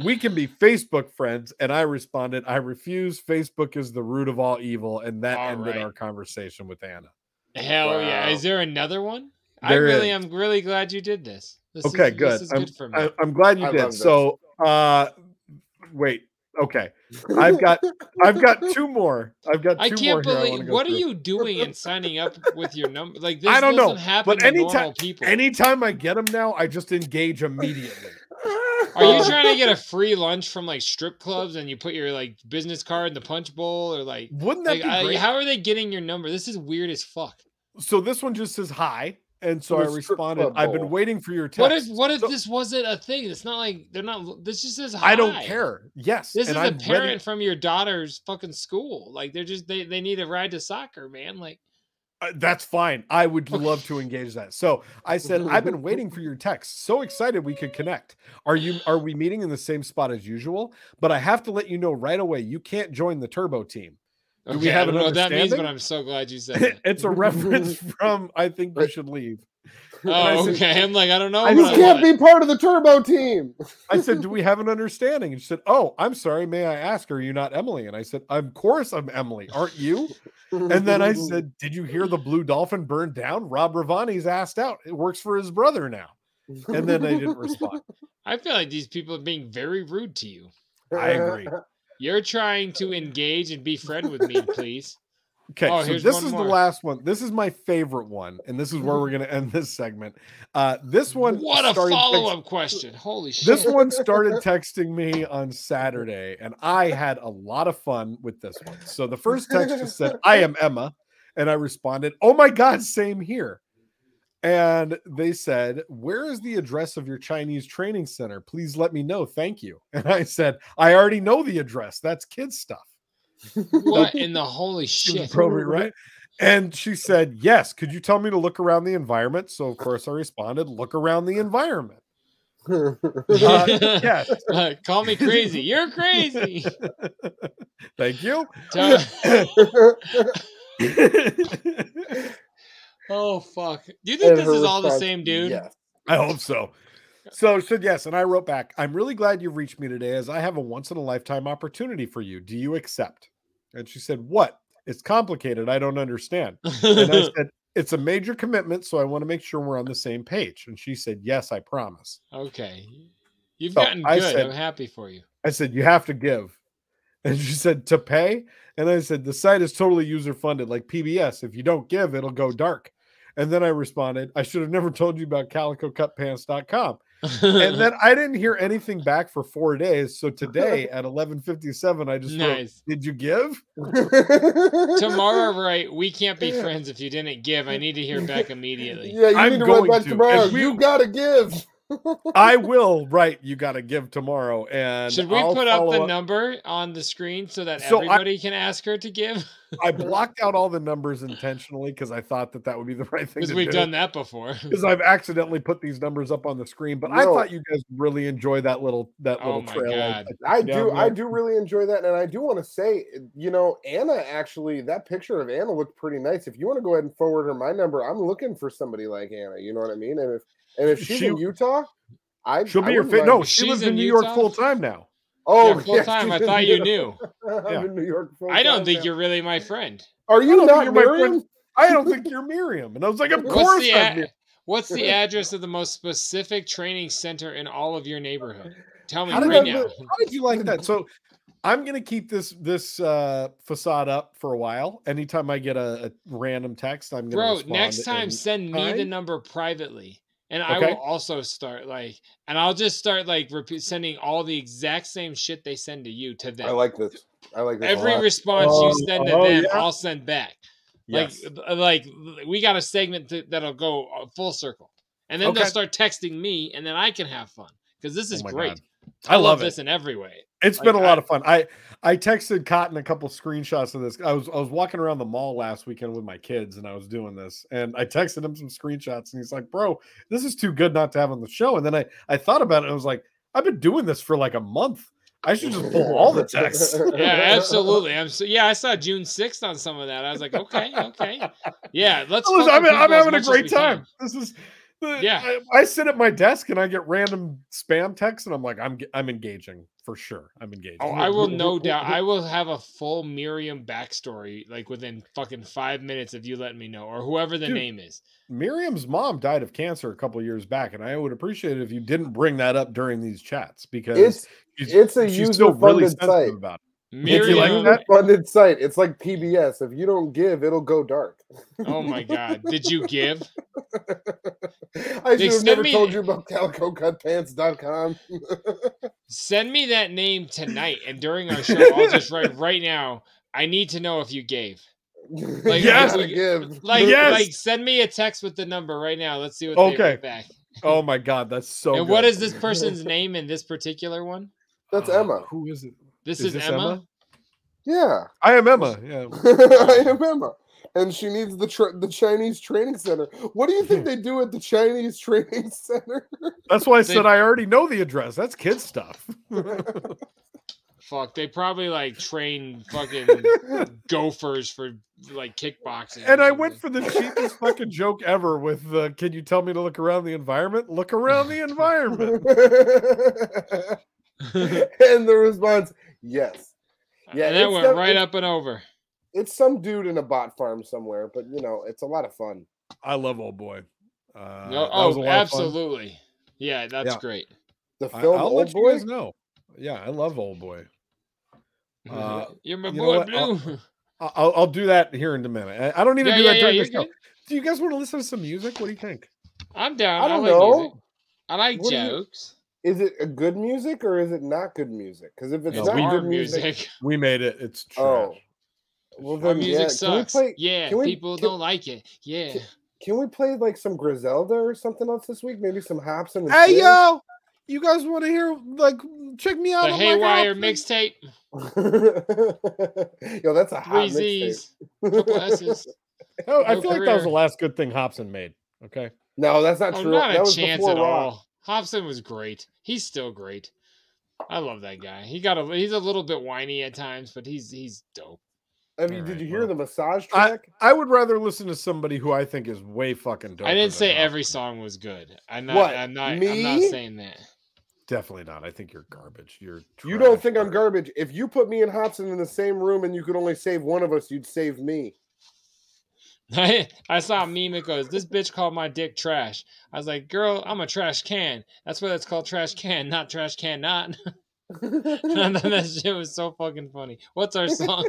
We can be Facebook friends. And I responded, I refuse. Facebook is the root of all evil. And that
All
ended
right.
our conversation with Anna.
Hell yeah!
Wow.
Is there another one? I
There
really,
is.
I'm really glad you did this. this
Okay,
is,
good.
This is good for me.
I, I'm glad you
I love
did.
this.
So, uh, wait, Okay, I've got I've got two more. I've got two more
I can't
here. I wanna
believe
go
what are
through.
you doing and signing up with your number? Like this
I don't know,
doesn't happen
but
to
anytime-
normal people.
Anytime I get them now, I just engage immediately.
Are you Oh, trying to get a free lunch from like strip clubs and you put your like business card in the punch bowl or like
Wouldn't that
like
be
I-
great?
how are they getting your number? This is weird as fuck.
so this one just says hi, and so I
The strip
responded.
club
I've been
bowl.
waiting for your text.
What if what if
So-
this wasn't a thing? It's not like they're not. This just says
I don't
hi.
care. Yes,
This
and
is
I'm
a parent
ready-
from your daughter's fucking school. Like they're just they they need a ride to soccer, man. Like
Uh, that's fine. I would love to engage that. So I said, I've been waiting for your text. So excited we could connect. Are you are we meeting in the same spot as usual? But I have to let you know right away, you can't join the turbo team. Do we
okay,
have
I
an
don't know what that means, but
understanding?
I'm so glad you said that.
it's a reference from I think you
Right.
should leave. And I
oh,
said-
okay. I'm like I don't know.
I
what
You
just
I
can't
want.
be part of the turbo team.
I said, Do we have an understanding? And she said, Oh, I'm sorry. May I ask, are you not Emily? And I said, Of course I'm Emily. Aren't you? And then I said, Did you hear the blue dolphin burned down? Rob Ravani's asked out. It works for his brother now. And then they didn't respond.
I feel like these people are being very rude to you.
I agree.
You're trying to engage and be friend with me, please.
Okay,
Oh,
so
here's
this
one
is
more.
the last one. This is my favorite one, and this is where we're gonna end this segment. Uh this one
What a
started text-
follow up question. Holy shit.
This one started texting me on Saturday, and I had a lot of fun with this one. So the first text just said, I am Emma. And I responded, Oh my God, same here. And they said, Where is the address of your Chinese training center? Please let me know. Thank you. And I said, I already know the address. That's kids' stuff.
what in the holy
She was
shit?
appropriate, right? And she said, Yes, could you tell me to look around the environment? So, of course, I responded, Look around the environment. Uh, yes,
Uh, call me crazy. You're crazy.
thank you.
Tell- oh fuck. Do you think
And
this
her
is all the
response,
same dude?
Yes.
I hope so. So I said yes, and I wrote back. I'm really glad you reached me today, as I have a once in a lifetime opportunity for you. Do you accept? And she said, "What? It's complicated. I don't understand." And I said, "It's a major commitment, so I want to make sure we're on the same page." And she said, "Yes, I promise."
okay. You've
So,
gotten
I
good.
said-
I'm happy for you.
I said, "You have to give." And she said, "To pay." And I said, "The site is totally user funded, like PBS. If you don't give, it'll go dark." And then I responded, "I should have never told you about CalicoCutPants.com." and then I didn't hear anything back for four days. So today at 11:57, I just wrote,
nice.
"Did you give?"
Tomorrow, right? We can't be friends if you didn't give. I need to hear back immediately.
Yeah, you
I'm
need to
going
write back
to.
tomorrow.
If we-
You gotta give.
I will. Right, you got to give tomorrow. And
Should we
I'll
put up the
follow
number on the screen so that
So I-
everybody can ask her to give?
I blocked out all the numbers intentionally because I thought that that would be the right thing.
Because
to
we've
do.
done that before.
because I've accidentally put these numbers up on the screen. But I
No.
thought you guys would really enjoy that little that
Oh
little
my
trail. I-
God.
I
Yeah,
do.
I'm
I
like-
do really enjoy that, and I do want to say, you know, Anna actually, that picture of Anna looked pretty nice. If you want to go ahead and forward her my number, I'm looking for somebody like Anna. You know what I mean? And if and if she's in
She-
Utah, I
She'll
I
be your
wouldn't
fit.
mind-
No, she
She's
lives in,
in
New
Utah?
York full time now.
Oh,
yeah, full
yes,
time. I
she's in
thought you
Utah.
knew.
I'm
Yeah.
in New York. full
I don't
time now.
think you're really my friend.
Are you
don't
not
think you're my friend.
Miriam?
I don't think you're Miriam. And I was like, of
What's
course
the
I'm
a-
Miriam.
What's the address of the most specific training center in all of your neighborhood? Tell me
How did
right
I
now.
li- How did you like that? So I'm gonna keep this this uh facade up for a while. Anytime I get a, a random text, I'm gonna
Bro,
respond
next time
in-
send me the
kind?
number privately. And I
Okay.
will also start like, and I'll just start like repeat, sending all the exact same shit they send to you to them.
I like this. I like this. a
Every
lot.
response you
Oh,
send to
oh,
them,
yeah.
I'll send back.
yes.
Like, uh, like we got a segment that, that'll go uh, full circle, and then they'll
Okay.
start texting me, and then I can have fun because this
Oh
is
my
great.
God. I love it.
this in every way.
It's
Like,
been a
I-
lot of fun. I I texted Cotton a couple screenshots of this. I was I was walking around the mall last weekend with my kids and I was doing this and I texted him some screenshots and he's like, "Bro, this is too good not to have on the show." And then I I thought about it and I was like, "I've been doing this for like a month. I should just pull all the texts."
Yeah, absolutely. I'm so yeah. I saw June sixth on some of that. I was like, okay, okay, yeah. Let's.
Listen,
fuck
I'm,
with
I'm
people as
having a
much as
great
we can.
time. This is
Yeah.
I, I sit at my desk and I get random spam texts, and I'm like, I'm ge- I'm engaging for sure. I'm engaging.
Oh, I will no doubt. I will have a full Miriam backstory like within fucking five minutes of you letting me know, or whoever the
Dude.
name is.
Miriam's mom died of cancer a couple years back, and I would appreciate it if you didn't bring that up during these chats because
It's
she's,
it's a
she's still
user
really
funded
sensitive
site.
about
It's
If you like
Miriam.
that?
a funded site. It's like PBS. If you don't give, it'll go dark.
Oh my god! Did you give?
I should have
sent
never
me-
told you about calicocutpants.com.
Send me that name tonight, and during our show, I'll just write right now. I need to know if you gave.
like,
Yes.
gotta give.
Like,
Yes.
like, send me a text with the number right now. Let's see what they
Okay.
write back.
it. Oh my god, that's so.
and what
good.
is this person's name in this particular one?
That's
uh-huh.
Uh,
Emma.
Who is it?
This is,
Is this
Emma?
Emma?
Yeah,
I am Emma. Yeah.
I am Emma, and she needs the tra- the Chinese training center. What do you think they do at the Chinese training center?
That's why I
They-
said I already know the address. That's kid stuff.
Fuck, they probably like train fucking gophers for like kickboxing. or
And I
something.
went for the cheapest fucking joke ever with uh, can you tell me to look around the environment? Look around the environment.
and the response, yes. Yeah,
and that
it's
went
def-
right
it's-
up and over.
It's some dude in a bot farm somewhere, but you know, it's a lot of fun.
I love old boy. Uh,
No-
that was a lot of
oh,
fun.
absolutely. Yeah, that's
Yeah.
great.
The
I,
film
will
Old
let you
Boy.
guys know. Yeah, I love old boy. Uh,
You're my
you know
boy
what? I'll-
Blue.
I- I'll, I'll do that here in a minute. I, I don't need to
Yeah,
do
yeah,
that
yeah.
during
You're
the show.
good.
Do you guys want to listen to some music? What do you think?
I'm down.
I don't
like music.
know.
I like
What do you-
jokes.
Is it a good music or is it not good music? Because if it's
It's
not
our
good music,
music.
We made it. It's trash.
oh, well
Our
then,
music
yeah. Can we
sucks.
play?
yeah,
can we-
people
can-
don't like it. Yeah.
Can we play like some Griselda or something else this week? Maybe some Hobson. and
Hey
Smith?
yo, you guys want to hear? Like, check me out.
The
on my
Haywire
outfit.
mixtape.
yo, that's a hot Ah, mixtape.
Three Z's. Couple S's.
No, Oh, I
No
feel like that was
career.
the last good thing Hobson made. Okay.
No, that's not
Oh,
true.
not
that
a
was
chance
before
at
Rock.
all. Hobson was great. He's still great. I love that guy. He got a he's a little bit whiny at times, but he's he's dope.
Have you,
All
did
right,
you hear
well.
the massage track?
I would rather listen to somebody who I think is way fucking dope.
I didn't say every song was good. I'm not
What,
I'm not I'm not
me?
saying that.
Definitely not. I think you're garbage. You're.
you don't
trash.
think I'm garbage? If you put me and Hobson in the same room and you could only save one of us, you'd save me.
I, saw a meme that goes, This bitch called my dick trash. I was like, Girl, I'm a trash can. That's why that's called trash can, not trash can not. And I thought that shit was so fucking funny. What's our song?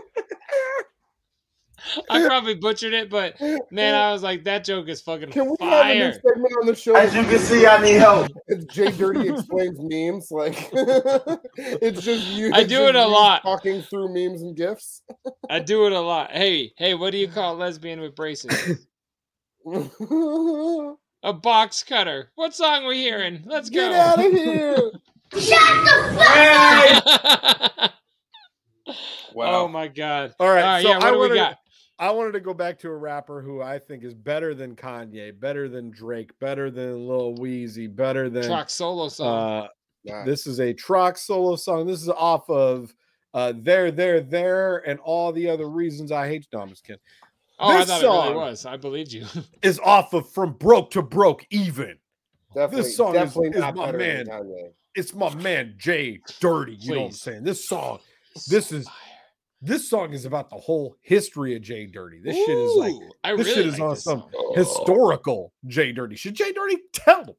I probably butchered it, but man, I was like, that joke is fucking
Can we have a new
fire.
segment on the show?
As you can see, I need help.
It's Jay Dirty explains memes. Like it's just you.
I
it's
do
just
it a
you
lot.
Talking through memes and gifs.
I do it a lot. Hey, hey, what do you call a lesbian with braces?
Get
A box cutter. What song we hearing? Let's go.
out of here!
Oh my god.
All right, so
yeah, what
I
do we
wanna-
got?
I wanted to go back to a rapper who I think is better than Kanye, better than Drake, better than Lil Weezy, better than.
Truck solo song.
Uh,
Nah.
this is a Trox solo song. This is off of uh, There, There, There, and all the other reasons I hate Dominican.
oh, I
this
thought it
song.
really was. I believed you.
Is off of From Broke to Broke Even.
Definitely,
song is-
definitely
is
not
my
better
man.
than Kanye.
It's my man Jay Dirty. You know what I'm
Please.
saying? This song, this is this song is about the whole history of Jay Dirty. This shit is like
Ooh, I
this shit
really
is
like
on
this
some-
song.
historical Jay Dirty. Should Jay Dirty tell?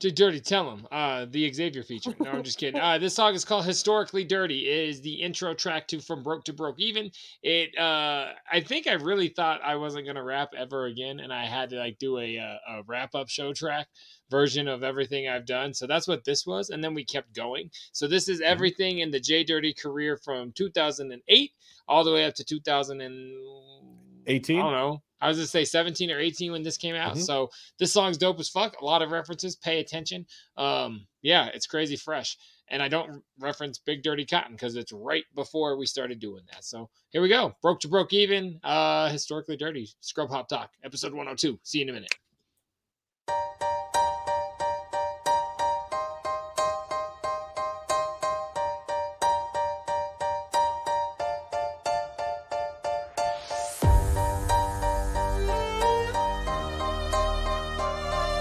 Dude, dirty, tell him. Uh, the Xavier feature. No, I'm just kidding. Uh, this song is called "Historically Dirty." It is the intro track to "From Broke to Broke Even." It. Uh, I think I really thought I wasn't gonna rap ever again, and I had to like do a uh, a wrap up show track version of everything I've done. So that's what this was, and then we kept going. So this is everything in the J Dirty career from 2008 all the way up to 2018. I
18?
don't know. I was gonna say 17 or 18 when this came out.
Mhm.
So this song's dope as fuck. A lot of references. Pay attention. Um, yeah, it's crazy fresh. And I don't reference Big Dirty Cotton because it's right before we started doing that. So here we go. Broke to broke even. Uh, historically dirty. Scrub Hop Talk, episode 102. See you in a minute.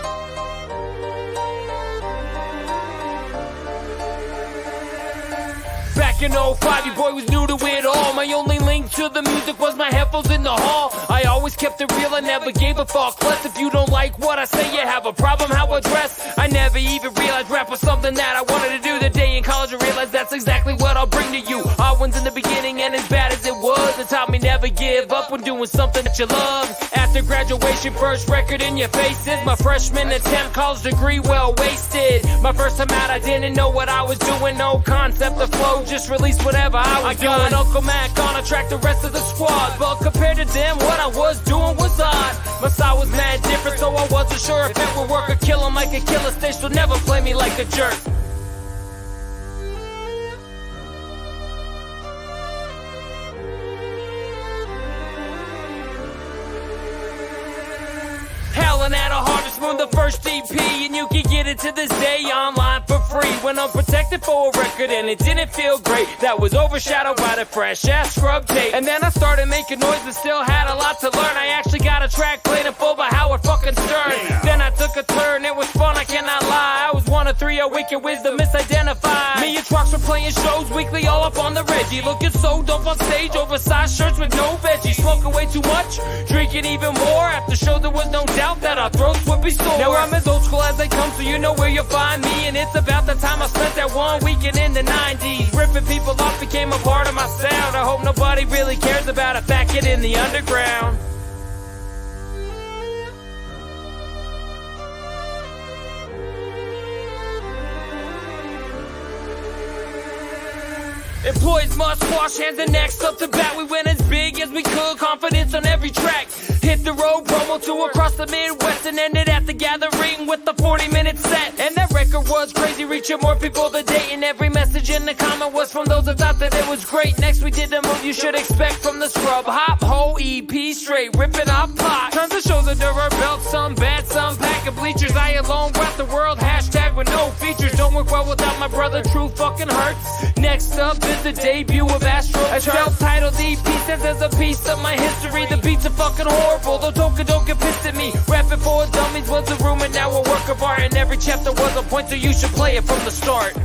Broke back in 05, your boy was new to it all. My only link to the music was my headphones in the hall. I always kept it real, I never gave a fuck. Plus, if you don't like what I say, you have a problem how I dress. I never even realized rap was something that I wanted to do. The day in college, I realized that's exactly what I'll bring to you. I wins in the beginning, and as bad as it was, it taught me never give up when doing something that you love. After graduation, first record in your faces. My freshman attempt, college degree well wasted. My first time out, I didn't know what I was doing. No concept of flow, just release whatever I was doing. Uncle Mac on a track, the rest of the squad. But compared to them, what I was doing was odd. My style was mad different, so I wasn't sure if it would work or kill 'em like a killer. They should never play me like a jerk. Howlin' at a harvest moon, the first EP, and you can get it to this day online for free. When I'm protected for a record, and it didn't feel great. That was overshadowed by the fresh ass scrub tape. And then I started making noise and still had a lot to learn. I actually got a track played in full by Howard fucking Stern. Then I took a turn, it was fun, I cannot lie. I was one of three, a wicked wisdom misidentified. Me and Trox were playing shows weekly, all up on the Reggie. Looking so dope on stage, oversized shirts with no veggies. Smoking way too much, drinking even more. After show, there was no doubt that our throats would be sore. Now I'm as old school as they come, so you know where you'll find me. And it's about the time I spent that one weekend in the 90s. Ripping people off became a part of my sound. I hope nobody really cares about a fact in the underground. Employees must wash hands and next up to bat. We went as big as we could, confidence on every track. Hit the road, promo tour across the Midwest and ended at the gathering with the 40 minute set. And that record was crazy, reaching more people than dating. Every message in the comment was from those that thought that it was great. Next, we did the move you should expect from the scrub hop, whole EP straight, ripping off pot. Tons of shows under our belt, some bad, some pack of bleachers. I alone rap the world, hashtag with no features. Don't work well without my brother, true fucking hurts. Next up, is the debut of Astro A self-titled EP says there's a piece of my history The beats are fucking horrible, though Toka don't get pissed at me Rapping for dummies was a rumor, now a work of art And every chapter was a point, so you should play it from the start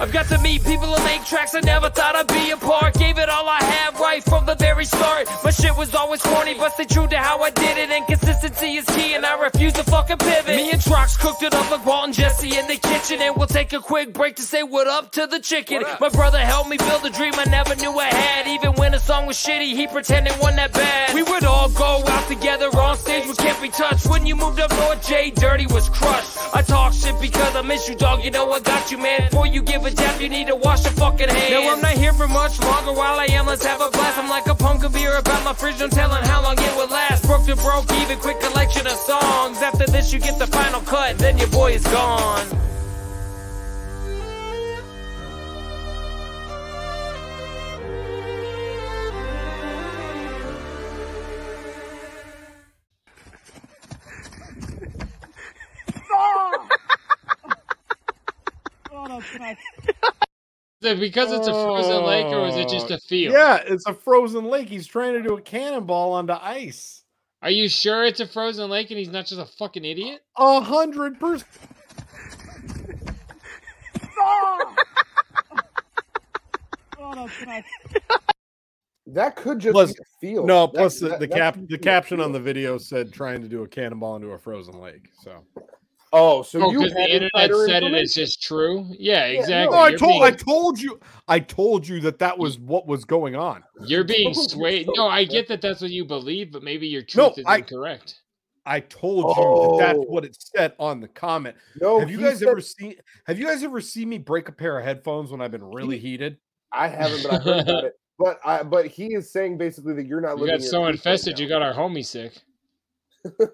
I've got to meet people and make tracks I never thought I'd be a part. Gave it all I had right from the very start. My shit was always corny, but stay true to how I did it. And consistency is key, and I refuse to fucking pivot. Me and Trox cooked it up like Walt and Jesse in the kitchen. And we'll take a quick break to say what up to the chicken. My brother helped me build a dream I never knew I had. Even when a song was shitty, he pretended it wasn't that bad. We would all go out together on stage, we can't be touched. When you moved up north, Jay Dirty was crushed. I talk shit because I miss you, dog. You know I got you, man. Before you give a jab, you need to wash your fucking hands. Now I'm not here for much longer. While I am, let's have a blast. I'm like a punk of beer about my fridge. No telling how long it would last. Broke to broke, even quick collection of songs. After this, you get the final cut, then your boy is gone.
Is it because it's a frozen lake, or is it just a field?
Oh, Yeah, it's a frozen lake. He's trying to do a cannonball onto ice.
Are you sure it's a frozen lake and he's not just a fucking idiot?
A hundred percent.
That could just
Plus-
be a field.
No,
That-
plus the,
that-
the
that
cap
could
the
be a
caption on
field.
the video said trying to do a cannonball into a frozen lake. So
Oh, so
Oh,
you
because
had
the internet
insider
said it
information?
is just true. Yeah,
no,
exactly.
No, Oh, I
Oh, You're
told
being-
I told you I told you that that was what was going on.
You're being
Oh,
swayed.
so
No, I get that that's what you believe, but maybe your
No,
truth is
I-
incorrect.
I told you that
Oh.
that's what it said on the comment.
Oh,
No,
have you
he
guys
said-
ever seen Have you guys ever seen me break a pair of headphones when I've been really heated?
I haven't, but I heard about it. But I, but he is saying basically that you're not
You
living.
got so infested, you got our homie sick.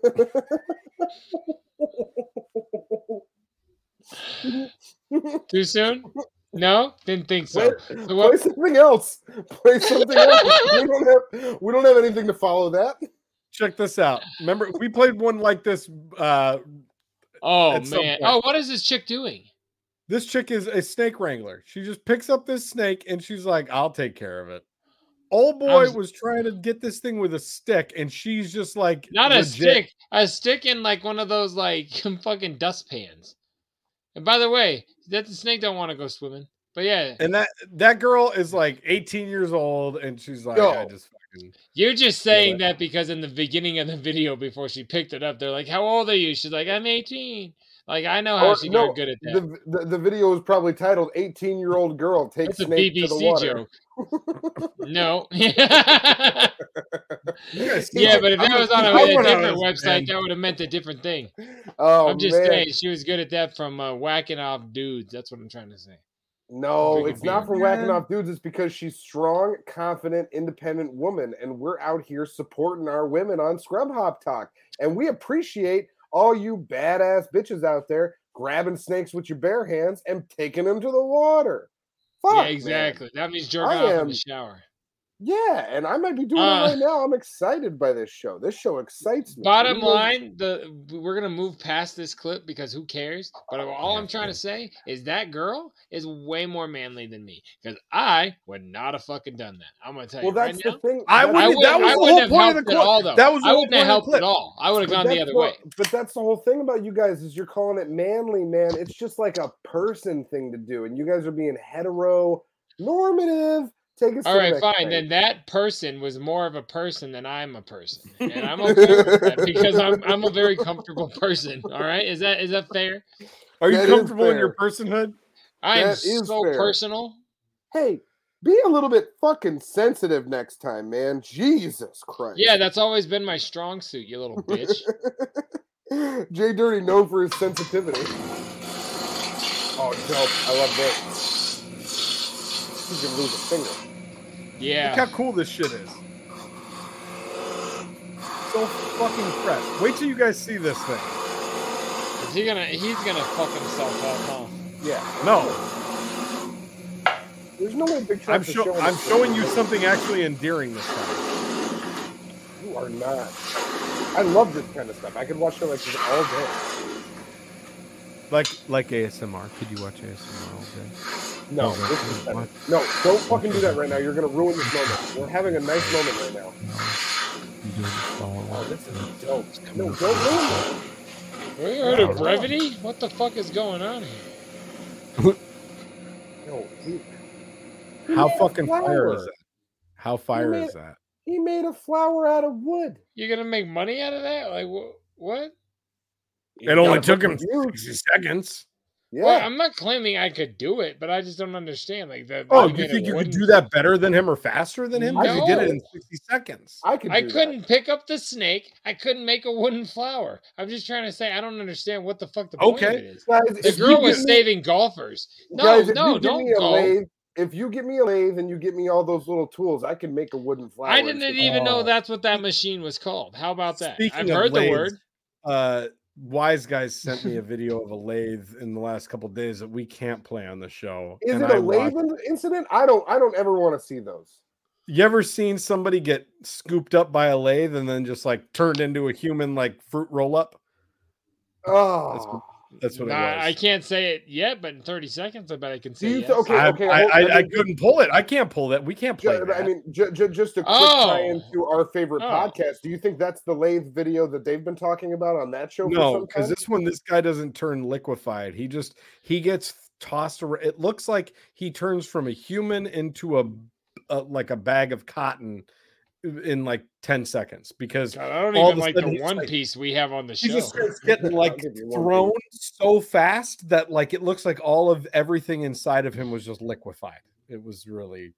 Too soon? No, didn't think so. So
Play
what,
something else. Play something else. we don't have we don't have anything to follow that.
Check this out. Remember we played one like this uh
oh
at some
man!
point.
Oh, what is this chick doing?
this chick is a snake wrangler. She just picks up this snake and she's like, "I'll take care of it." Old boy
was-
was, trying to get this thing with a stick, and she's just like
Not a
legit-
stick. A stick in like one of those like fucking dustpans. And by the way, that the snake don't want to go swimming. But yeah,
Eh,
And that that girl is like 18 years old, and she's like, I
Yo.
just fucking
you're just saying that because in the beginning of the video, before she picked it up, they're like, "How old are you?" She's like, "I'm 18." Like I know how
Or-
she
no,
got good at that.
The, the the video is probably titled "18 Year Old Girl Takes
That's a
Snake to the
BBC
Water."
joke. no.
You guys see
yeah,
it?
but if
I'm
that
a-
was on a,
I'm
a
one of
different
those,
website,
man.
that would have meant a different thing.
Oh
I'm just
man,
saying she was good at that from uh, whacking off dudes. That's what I'm trying to say.
no,
Drinking
it's not
beer.
for whacking
Man.
off dudes. It's because she's strong, confident, independent woman, and we're out here supporting our women on Scrub Hop Talk, and we appreciate all you badass bitches out there grabbing snakes with your bare hands and taking them to the water. Fuck,
yeah,
man.
exactly. That means jerking
I
off in
am-
the shower.
Yeah, and I might be doing
Uh,
it right now. I'm excited by this show. This show excites me.
Bottom
Even though-
line, the we're gonna move past this clip because who cares? But all I'm trying to say is that girl is way more manly than me because I would not have fucking done that. I'm gonna tell
Well,
you right
that's
now.
the thing.
I
that's-
wouldn't
I
mean, that was the
wouldn't, I wouldn't
whole
have
point of
helped
the
at
clip.
all, though.
That was the
I
whole
wouldn't have
point of
helped
the
at
clip.
all. I would have
But
gone the
that's
other
what-
way.
But that's the whole thing about you guys is you're calling it manly, man. It's just like a person thing to do, and you guys are being hetero normative. Take a
All right,
cigarette,
fine.
Craig.
Then that person was more of a person than I'm a person, and I'm okay with that because I'm I'm a very comfortable person. All right, is that is that fair?
Are you
That is
comfortable in your
fair.
personhood?
I am
That is
so
fair.
personal.
Hey, be a little bit fucking sensitive next time, man. Jesus Christ.
Yeah, that's always been my strong suit, you little bitch.
Jay Dirty known for his sensitivity. Oh, dope! I love this. He's gonna lose a finger.
Yeah.
Look how cool this shit is. So fucking fresh. Wait till you guys see this thing.
Is he gonna? He's gonna fuck himself up, huh?
Yeah,
No,
there's no way Big Trump
I'm show,
showing
I'm
us
showing
this.
you something actually endearing this time.
You are not. I love this kind of stuff. I could watch shit like this all day.
Like like ASMR. Could you watch ASMR all day?
No,
Okay.
this is better.
Oh, What?
No, don't fucking do that right now. You're gonna ruin this moment. We're having a nice moment right now. Oh, this is dope. No, don't ruin that.
We heard of brevity? What the fuck is going on here?
No, he, he
How
made a
fucking fire
flower.
is that? How fire
made-
is that?
He made a flower out of wood.
You're gonna make money out of that? Like wha- what?
It only
gotta
took
look
him
huge.
60 seconds.
Yeah.
Well, I'm not claiming I could do it, but I just don't understand. Like that.
Oh,
that
you
made a
think you could
wooden-
do that better than him or faster than him? 'Cause He did it
No.
in 60 seconds.
I could.
I
do that.
couldn't pick up the snake. I couldn't make a wooden flower. I'm just trying to say I don't understand what the fuck the point of
Okay.
it is.
Guys,
The
if you
girl
give
was
me-
saving golfers. No,
guys, if you
no,
give
don't
me a
go.
lathe- if you give me a lathe and you get me all those little tools, I can make a wooden flower.
I
and
didn't
shit.
even know
Oh.
that's what that machine was called. How about that?
Speaking
I've
of
heard the
lathes,
word.
Uh, Wise guys sent me a video of a lathe in the last couple days that we can't play on the show.
Is
and
it a
I
lathe
watched-
in- incident? I don't. I don't ever want to see those.
You ever seen somebody get scooped up by a lathe and then just like turned into a human like fruit roll up?
Oh,
That's what
Nah,
it was.
I can't say it yet, but in 30 seconds, I bet I can
do
say
you
yes.
th- okay?
I,
okay,
I,
hold-
I,
mean,
I couldn't pull it. I can't pull that. We can't play.
ju- I
that.
mean, ju- ju- just a quick tie
Oh.
into our favorite
Oh.
podcast. Do you think that's the lathe video that they've been talking about on that show?
no,
for some
because
time?
this one, this guy doesn't turn liquefied. He just he gets tossed around. It looks like he turns from a human into a, a like a bag of cotton uh, in like ten seconds because
God, I don't
all
even
of a
like the
sudden he's
One
like-
Piece we have on the
he
show.
just starts getting like
give you one
thrown so fast that like it looks like all of everything inside of him was just liquefied. It was really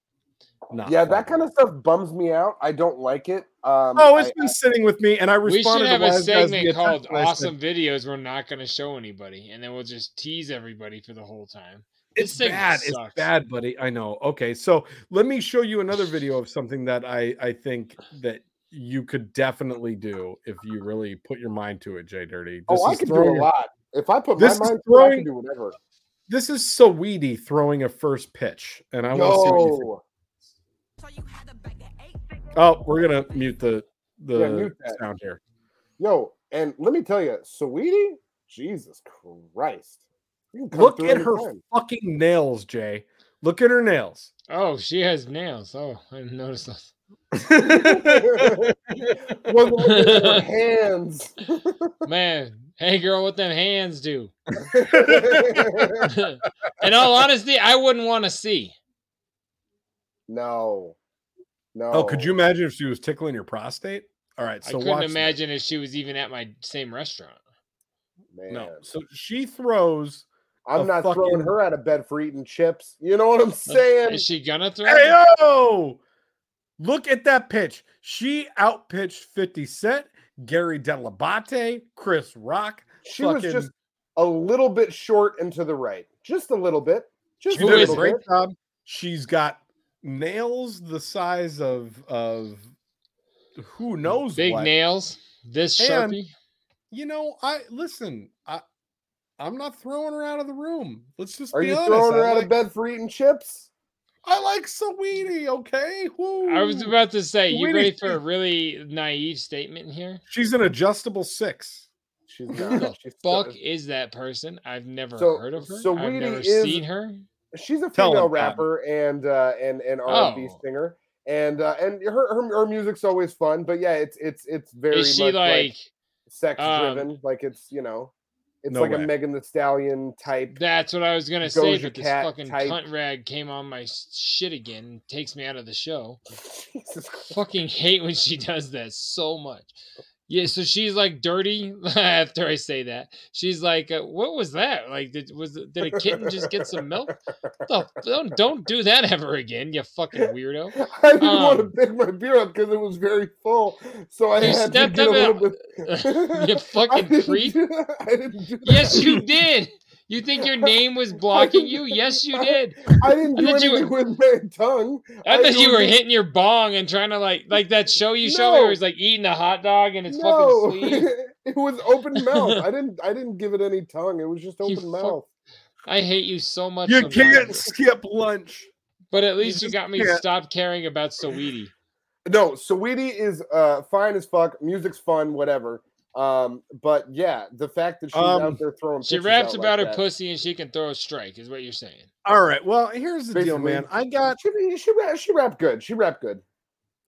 not.
yeah, that
fun.
kind of stuff bums me out. I don't like it. Um,
Oh, it's
I-
been sitting with me, and I
We should
responded
have
to
a
Wise Guys
segment
via text,
called
and I said,
Awesome Videos We're Not Going to Show Anybody, and then we'll just tease everybody for the whole time. This
It's
thing
bad.
sucks.
It's bad, buddy. I know. Okay, so let me show you another video of something that I I think that you could definitely do if you really put your mind to it, Jay Dirty. This
oh, I
is
could do
throwing
a lot. If I put
This
my
is
mind to it, I
throwing-
can do whatever.
This is Saweetie throwing a first pitch, and I want to see. What you think.
Yo,
Oh, we're gonna mute the the
Yeah, mute that.
sound here.
yo, and let me tell you, Sweetie, Jesus Christ, You can come
Look
through
at
any
her
time.
fucking nails, Jay. Look at her nails.
Oh, she has nails. Oh, I didn't notice those.
Wasn't looking at her hands.
Man, hey girl, what them hands do? In all honesty, I wouldn't want to see.
no. No.
Oh, could you imagine if she was tickling your prostate? All right, so
I
watch
couldn't
this.
imagine if she was even at my same restaurant.
Man.
No, so she throws.
I'm
a
not throwing
fucking-
her out of bed for eating chips. You know what I'm saying?
Is she gonna throw? it?
uh,
Hey yo, look at that pitch. She outpitched Fifty Cent, Gary Delabate, Chris Rock.
She
fucking-
was just a little bit short and to the right. Just a little bit. Just
She
a
Who
did
is
a
it?
little
great
bit.
job. She's got nails the size of of who knows
Big
what.
nails. This
And-
sharpie.
You know, I listen. I I'm not throwing her out of the room. Let's just
Are
be
you
honest.
throwing her
I
out
like,
of bed for eating chips?
I like Saweetie. Okay,
I was
Woo.
about to say, you
Winnie
ready for a
Pooh.
really naive statement here?
She's an adjustable six.
She's not. She's still-
Fuck is that person? I've never
So-
heard of her.
so
I've
Weedy
never
is-
seen her.
she's a
Tell
female
him, Pat.
rapper and uh, and and R&B
Oh.
singer, and uh, and her, her her music's always fun. But yeah, it's it's it's very
Is she
much
like,
like, sex
um,
driven. like it's you know, it's
No
like
way.
a Megan the Stallion type.
that's what I was gonna say,
Doja
but this
Cat
fucking
type.
cunt rag came on my s- shit again and takes me out of the show.
Jesus Christ.
fucking hate when she does that so much. Yeah, so she's like dirty after I say that. She's like, uh, "What was that? Like, did was did a kitten just get some milk? The, don't don't do that ever again, you fucking weirdo."
I didn't want to
Um,
pick my beer up because it was very full, so I
You
had to
stepped
get a
up
little
out-
bit.
uh, you
I
fucking
didn't
creep.
do that. I didn't do
Yes,
that.
you did. You think your name was blocking you? Yes, you did.
I didn't
I
do
thought you were-
anything with my tongue.
I thought you
was
were
just-
hitting your bong and trying to like like that show you show me where
No.
he's like eating a hot dog and it's
no,
fucking sleeve.
it was open mouth. I didn't. I didn't give it any tongue. It was just
You
open
fuck-
mouth.
I hate you so much.
You
sometimes.
can't skip lunch.
But at least you,
just
got me
can't.
stopped caring about Saweetie.
No, Saweetie is uh, fine as fuck. Music's fun, whatever. Um, but yeah, the fact that she's
Um,
out there throwing
She
pitches
raps
out
about
like
her
that.
pussy and she can throw a strike, is what you're saying.
All right. Well, here's the deal,
Basically.
man. I got
Uh, She, she, rap, she rapped good. She rapped good.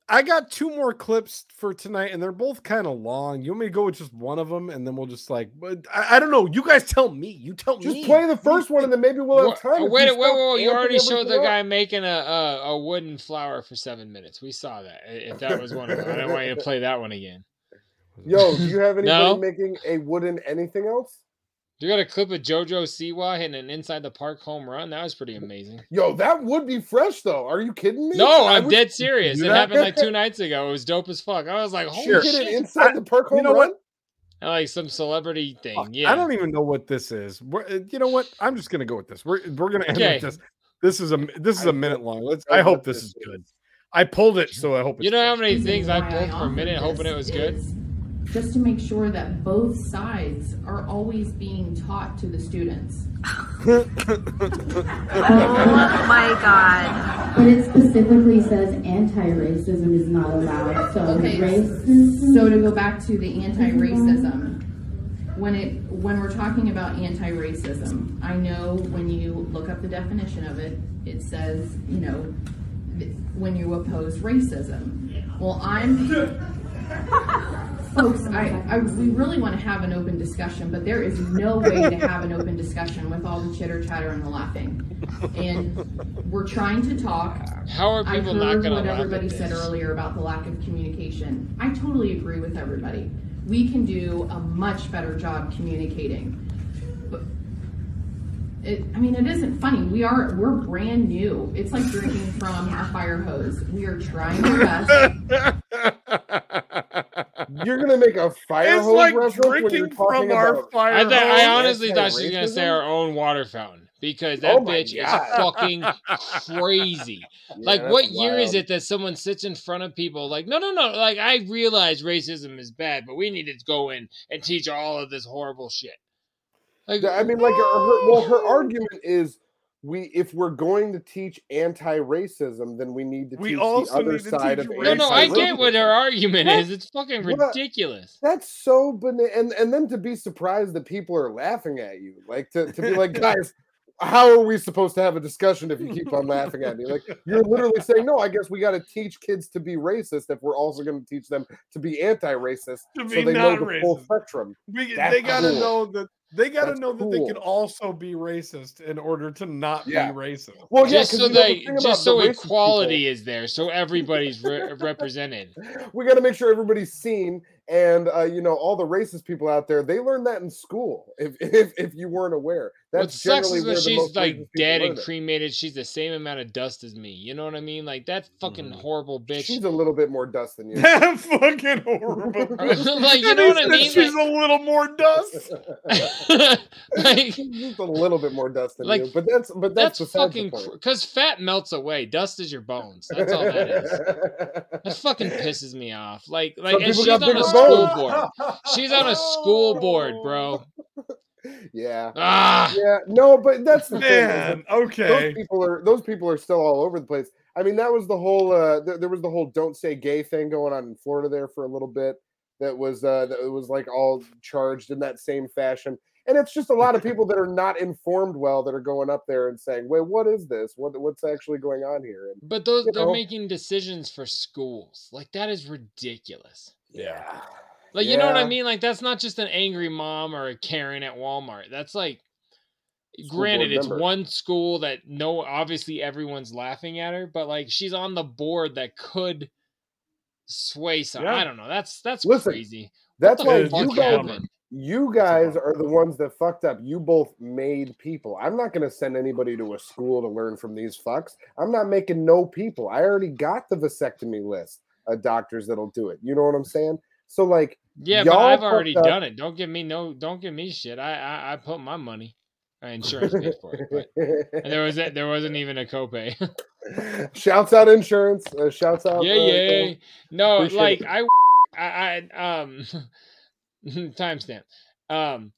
I got two more clips for tonight, and they're both kind of long. You want me to go with just one of them, and then we'll just like but I, I don't know. You guys tell me. You tell
Just
me.
play the first one, and then maybe we'll
Wha-
have time.
oh,
if
wait,
you
wait, wait,
stop
wait, You
amping
already showed the
everything
guy
up.
making a, a, a wooden flower for seven minutes. We saw that. i- If that was one of them, I don't want you to play that one again.
Yo, do you have anybody
No.
making a wooden anything else?
You got a clip of JoJo Siwa hitting an inside the park home run? That was pretty amazing.
Yo, that would be fresh though. Are you kidding me?
No, I'm
would-
dead serious.
do
It
that?
happened like two nights ago. It was dope as fuck. I was like,
She
holy
hit it
shit.
inside the park home
you know
run.
what?
And, like some celebrity thing.
Fuck,
yeah.
I don't even know what this is. We're, uh, you know what? I'm just gonna go with this. We're we're gonna end
Okay.
with this. This is a m- this is
I
a minute long. Let's.
know
I hope
what
this
this
is good. I pulled it, so I hope it's
you know how
good.
many things I pulled for a minute hoping it was good?
Just to make sure that both sides are always being taught to the students.
But it specifically says anti-racism is not allowed. So
Okay.
racism.
So to go back to the anti-racism, when it when we're talking about anti-racism, I know when you look up the definition of it, it says you know th- when you oppose racism. Well, I'm folks. I, I we really want to have an open discussion, but there is no way to have an open discussion with all the chitter chatter and the laughing. And we're trying to talk.
How are
I
people
heard
not going
what
to laugh
everybody
at
said
this?
earlier about the lack of communication. I totally agree with everybody. We can do a much better job communicating. But it, I mean, it isn't funny. We are we're brand new. It's like drinking from a fire hose. We are trying our best.
You're gonna make a fire
it's
hose
like
reference when you're
drinking
talking
from our
about
fire.
I, thought, I
hose.
honestly thought she was going to say our own water fountain because that
Oh my
bitch is
God.
fucking crazy.
Yeah,
like,
that's
what year is
wild.
it that someone sits in front of people like, no, no, no, like, I realize racism is bad, but we need to go in and teach all of this horrible shit. Like,
Yeah, I mean, like, her, her, well, her argument is we if we're going to teach anti-racism, then we need to
We
teach
also
the other
need to
side
teach
of
racism.
no, no, I get what her
anti-racism.
argument is. It's fucking
What?
ridiculous.
That's so banana, and and then to be surprised that people are laughing at you, like to to be like, guys, how are we supposed to have a discussion if you keep on laughing at me? Like you're literally saying, no, I guess we got to teach kids to be racist if we're also going to teach them to be anti-racist,
To
so
be
they know
not
the full spectrum.
We,
That's
they gotta
cool.
know that they gotta
That's
know that they
cool.
can also be racist in order to not
Yeah.
be racist.
Well, yeah,
just
'cause
so
you know, the
they,
thing about
just
the
so
racist
equality is there, so everybody's re- represented.
we got to make sure everybody's seen and uh, you know all the racist people out there they learn that in school if if, if you weren't aware
what
that's
sucks
generally
is when
where the
she's
most
like
racist people
dead
learn
and
it.
cremated, she's the same amount of dust as me. You know what I mean? Like that fucking horrible bitch.
she's a little bit more dust than you
That fucking horrible.
Like, you
And
know
he
what I
said
mean?
She's a little more dust.
like,
just a little bit more dust than
Like,
you but that's but that's,
that's
besides the
fucking
point.
because fat melts away. Dust is your bones. That's all that is. That fucking pisses me off. Like, like, and
people
she's
got
on a
bigger
school
bones.
board. She's on a school board, bro.
yeah
Ah,
yeah no but that's the thing is that
Man, okay.
those people are those people are still all over the place i mean that was the whole uh there, there was the whole don't say gay thing going on in florida there for a little bit that was uh that was like all charged in that same fashion and it's just a lot of people that are not informed well that are going up there and saying wait what is this what what's actually going on here and
but those
You
they're
know.
making decisions for schools. Like that is ridiculous.
yeah
Like you know what I
Yeah.
mean? Like that's not just an angry mom or a Karen at Walmart. That's like
School board
granted it's
member.
one school that no obviously everyone's laughing at her, but like she's on the board that could sway some
Yeah.
I don't know. That's that's
Listen,
crazy.
that's why
What the
Dude,
you
fuck
guys
happened?
You guys are the ones that fucked up. You both made people. I'm not going to send anybody to a school to learn from these fucks. I'm not making no people. I already got the vasectomy list of doctors that'll do it. You know what I'm saying? So like,
Yeah, but
y'all
I've already
fucked up.
done it. Don't give me no don't give me shit. I I, I put my money. Uh, insurance paid for it. But and there was there wasn't even a copay.
shouts out insurance. Uh, shouts out.
yeah,
uh,
yeah. No,
Appreciate
like
it.
I, I, I, um, timestamp. Um,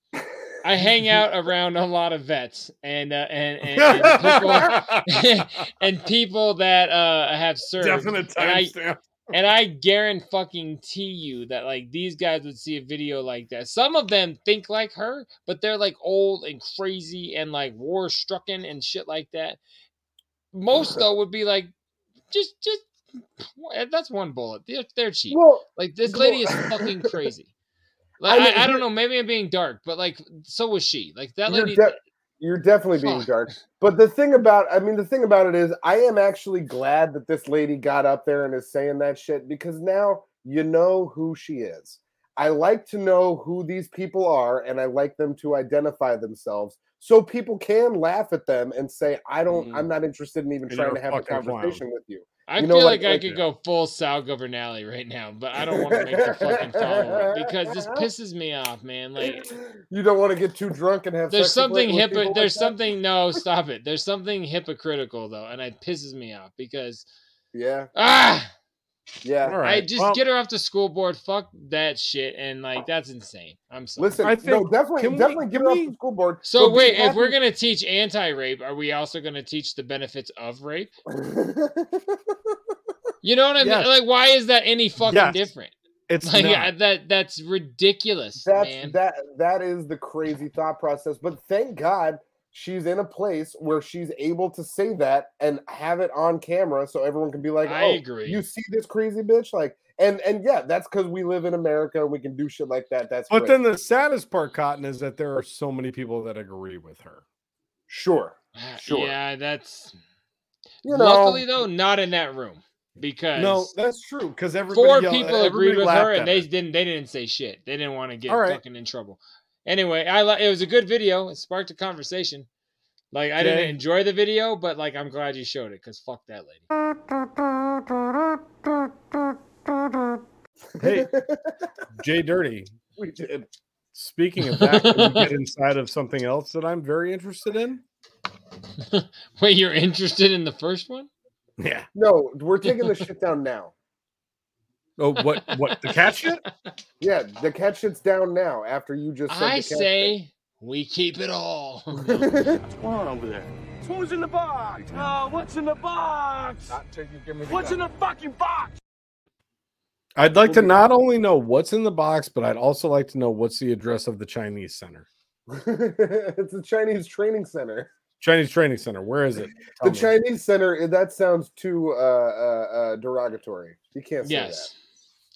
I hang out around a lot of vets and uh, and and, and people and people that uh have served.
Definite
And I-
timestamp.
and I guarantee fucking tea you that like these guys would see a video like that. Some of them think like her, but they're like old and crazy and like war strucken and shit like that. Most though would be like, just just eh, that's one bullet. They're, they're cheap.
Well,
Like this
go-
lady is fucking crazy.
I
Like
mean,
I, I
here-
don't know. Maybe I'm being dark, but like so was she. Like that
you're,
lady.
de- you're definitely being
Fuck.
dark. But the thing about, I mean, the thing about it is, I am actually glad that this lady got up there and is saying that shit because now you know who she is. I like to know who these people are and I like them to identify themselves so people can laugh at them and say, I don't, I'm not interested in even
Mm-hmm. And
trying
you're
to
a
have a
fucking clown.
conversation with you.
I
you know,
feel
like-
like, I
like-
could go full Sal Governale right now, but I don't want to make the fucking follow up because this pisses me off, man. Like
you don't want to get too drunk and have
There's
sex with-
something
with people
hypo-
like
There's
that.
something. No, stop it. There's something hypocritical though, and it pisses me off because
Yeah.
ah,
Yeah.
All
I
right.
just
well,
get her off the school board. Fuck that shit, and like that's insane. I'm sorry.
Listen,
I
no,
think-
definitely,
can we-
definitely give
can
it off
we-
the school board.
so
But be
wait, if
happy-
we're gonna teach anti-rape, are we also gonna teach the benefits of rape? You know what I mean?
Yes.
Like, why is that any fucking
Yes.
different?
it's
Like
not.
I, that that's ridiculous,
that's
man.
that that is the crazy thought process but thank god she's in a place where she's able to say that and have it on camera so everyone can be like
I
oh,
agree.
you see this crazy bitch like and and yeah that's because we live in america and we can do shit like that that's
But
great.
then the saddest part, Cotton, is that there are so many people that agree with her.
sure
Ah,
sure.
Yeah, that's.
you know
Luckily though, not in that room because
No, that's true. Because everybody
four
yell-
people agreed
everybody
with
laughed
her
at
and they didn't they didn't say shit they didn't want to get
All right.
fucking in trouble anyway i li- it was a good video it sparked a conversation like i
Okay.
didn't enjoy the video but like i'm glad you showed it because fuck that lady
Hey, Jay Dirty.
we did
Speaking of that, can we get inside of something else that I'm very interested in.
wait you're interested in the first one
Yeah.
no we're taking this shit down now
Oh, what? What the cat shit?
yeah the cat shit's down now after you just said
i
the cat
say we keep it all
What's going on over there?
Who's in the box? Oh, what's in the box? What's in the fucking box?
I'd like to not only know what's in the box, but I'd also like to know what's the address of the Chinese center.
shit. it's a chinese training center
Chinese Training Center. Where is it? Tell
the
me.
Chinese Center. eh, That sounds too uh, uh, uh, derogatory. You can't say
Yes.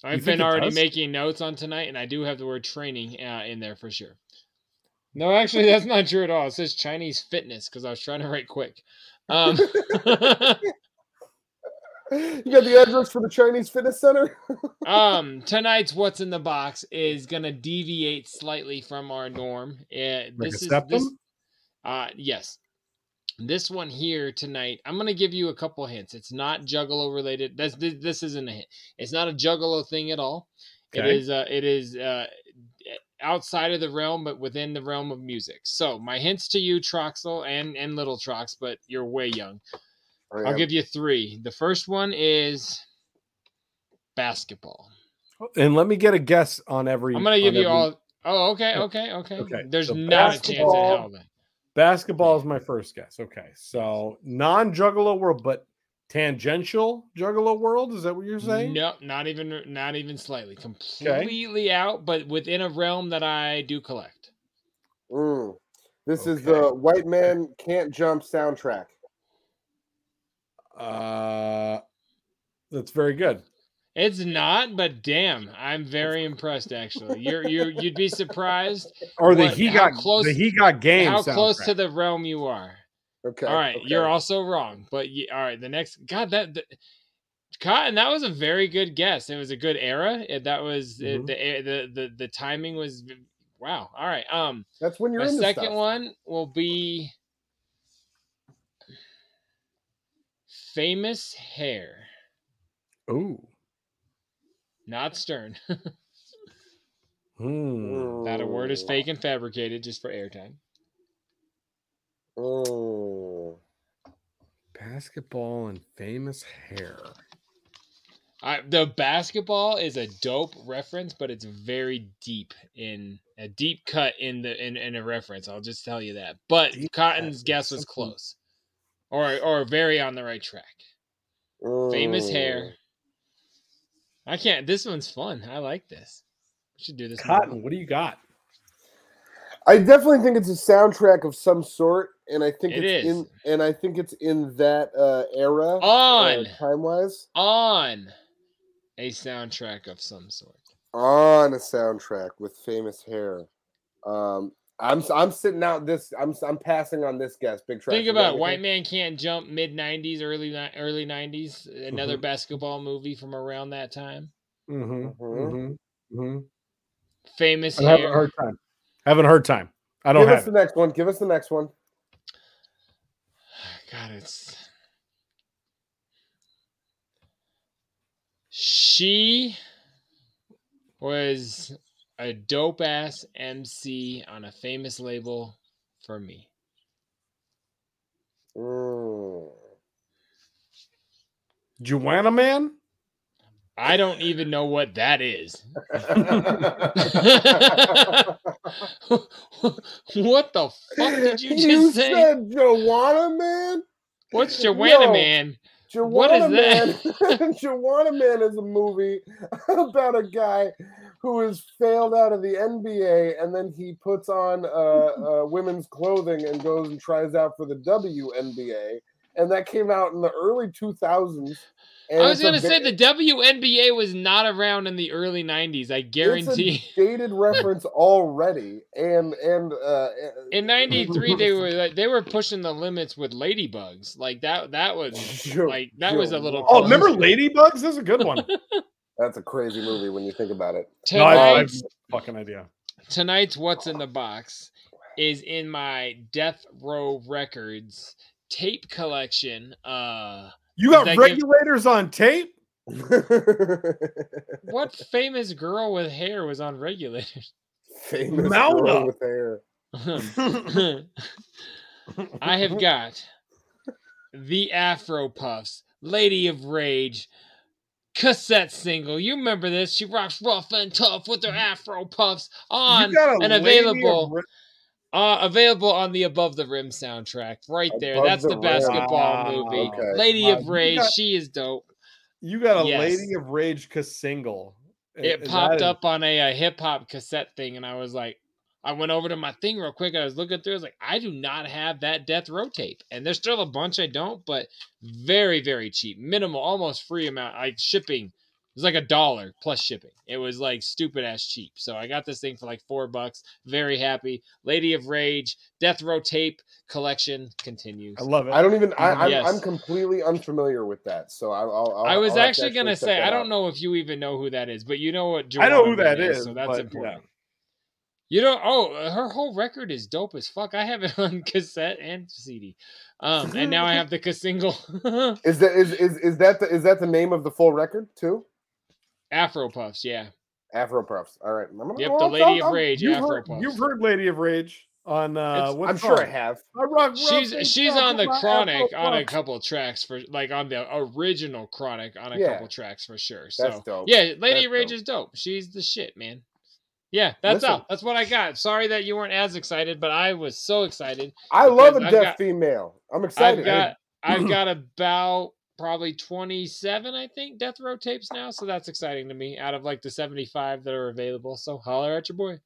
that.
I've been already making notes on tonight, and I do have the word training uh, in there for sure. No, actually, that's not true at all. It says Chinese fitness because I was trying to write quick. Um,
You got the address for the Chinese Fitness Center?
um, tonight's what's in the box is gonna deviate slightly from our norm. Uh,
Like a
this is this,
septum?
uh, yes, this one here tonight. I'm gonna give you a couple hints. It's not Juggalo related. That's this, this isn't a hint. It's not a Juggalo thing at all. It
Okay.
is. Uh, it is. Uh, outside of the realm but within the realm of music so my hints to you troxel and and little trox but you're way young i'll
am.
give you three the first one is basketball
And let me get a guess on every.
I'm gonna
on
give you
every-
all. Oh, okay, okay, okay.
Okay,
There's
so
not a chance in hell.
basketball-
Then.
Basketball is my first guess. Okay, so non-Juggalo world, but tangential Juggalo world. Is that what you're saying?
No, not even, not even slightly. Completely out, but within a realm that I do collect.
Mm. This is the White Man Can't Jump soundtrack.
Uh, that's very good.
It's not, but damn, I'm very impressed. Actually, you're you you'd be surprised.
Or the
what-
he
how
got the he got game.
How close to
soundtrack.
the realm you are.
Okay.
All right,
okay.
you're also wrong, but you, all right. The next God that. The, Cotton, that was a very good guess. It was a good era. It- That was it-
Mm-hmm.
Mhm.
the, e- the the the timing was wow. All right. Um,
That's when you're
my
in
second
stuff.
one will be famous hair,
Ooh.
not Stern.
Hmm.
Mm.
not a word is fake and fabricated just for airtime.
Oh.
Basketball and famous hair.
I, the basketball is a dope reference, but it's very deep in a deep cut in the in, in a reference. I'll just tell you that. But Cotton's guess was close, or or very on the right track.
Mm.
Famous hair. I can't. This one's fun. I like this. We should do this. more.
Cotton, what do you got?
I definitely think it's a soundtrack of some sort, and I think
It
it's
is.
in and I think it's in that uh, era
On.
time wise
on a soundtrack of some sort.
on a soundtrack with famous hair. Um, I'm s- I'm sitting out this I'm s- I'm passing on this guess. Big track.
Think about White Man Can't Jump, mid '90s, early ni- early '90s. Another
Mhm.
basketball movie from around that time.
Mm-hmm.
Mhm.
Mm-hmm. hmm
Famous
I'm having
hair.
a hard time. Having a hard time. I don't
Give
have.
us the next one. Give us the next one.
God, it's she was a dope ass MC on a famous label for me.
Mm.
Joanna Man?
I don't even know what that is. what the fuck did you just say?
said Joanna Man.
What's Joanna
Yo,
Man?
Joanna
What is
Man.
that?
Joanna Man is a movie about a guy who is failed out of the NBA, and then he puts on uh, uh, women's clothing and goes and tries out for the WNBA, and that came out in the early two thousands.
I was gonna say the WNBA was not around in the early '90s. I guarantee.
it's a dated reference already, and and uh,
In '93, they were like, they were pushing the limits with ladybugs. Like that. That was like that was a little.
Oh, remember
close.
Ladybugs? That's a good one.
That's a crazy movie when you think about it.
No, I- I- Tonight's-
fucking idea.
tonight's what's in the box is in my Death Row Records tape collection. Uh,
You got
that give-
regulators on tape?
what famous girl with hair was on Regulators?
famous
Malda.
girl with hair.
Um, I have got the Afro Puffs, Lady of Rage, cassette single. You remember this? She rocks rough and tough with her Afro Puffs on
got a
and
Lady of
available.
Ra-
uh, available on the Above the Rim soundtrack, right there.
Above
That's
the
the,
Rim.
basketball
Wow,
movie.
okay.
Lady
Wow.
of
You
Rage,
got-
she is dope.
You got a
Yes.
Lady of Rage cause single.
It popped up on a, uh hip hop cassette thing, and I was like, I went over to my thing real quick. I was looking through. I was like, I do not have that death row tape, and there's still a bunch I don't, but very very cheap, minimal, almost free amount. Like shipping it was like a dollar plus shipping. It was like stupid ass cheap. So I got this thing for like four bucks. Very happy. Lady of Rage death row tape collection continues.
I love it. I don't even. I, I'm,
Um, Yes.
I'm completely unfamiliar with that, so I'll. I'll, I'll
I was
I'll have to
actually gonna
check
say
that
I
out.
don't know if you even know who that is, but you know what
I know who
Geronimo
that is,
so that's
but,
important. You know, oh, uh, her whole record is dope as fuck. I have it on cassette and CD, um, and now I have the ca- single.
Is that is, is is that the is that the name of the full record too?
Afro Puffs, yeah.
Afro Puffs. All oh, right. I'm gonna-
Yep,
well,
the
I'm-
Lady
I'm-
of
I'm-
Rage,
you've
Afro
heard-
Puffs.
You've heard Lady of Rage on uh what
I'm sure I
song?
have.
I rock, rock
She's
and
she's
rock
on the
with my
Chronic
Afro
on a
Puffs.
couple tracks for like on the original Chronic on a
Yeah.
couple tracks for sure. So
That's dope.
yeah, Lady
That's
of Rage is dope. She's the shit, man. Yeah, that's
Listen.
all. That's what I got. Sorry that you weren't as excited, but I was so excited.
I love a
because I've
deaf
got-
female. I'm excited.
I've got I've got about probably 27, I think, death row tapes now. So that's exciting to me. Out of like the 75 that are available. So holler at your boy.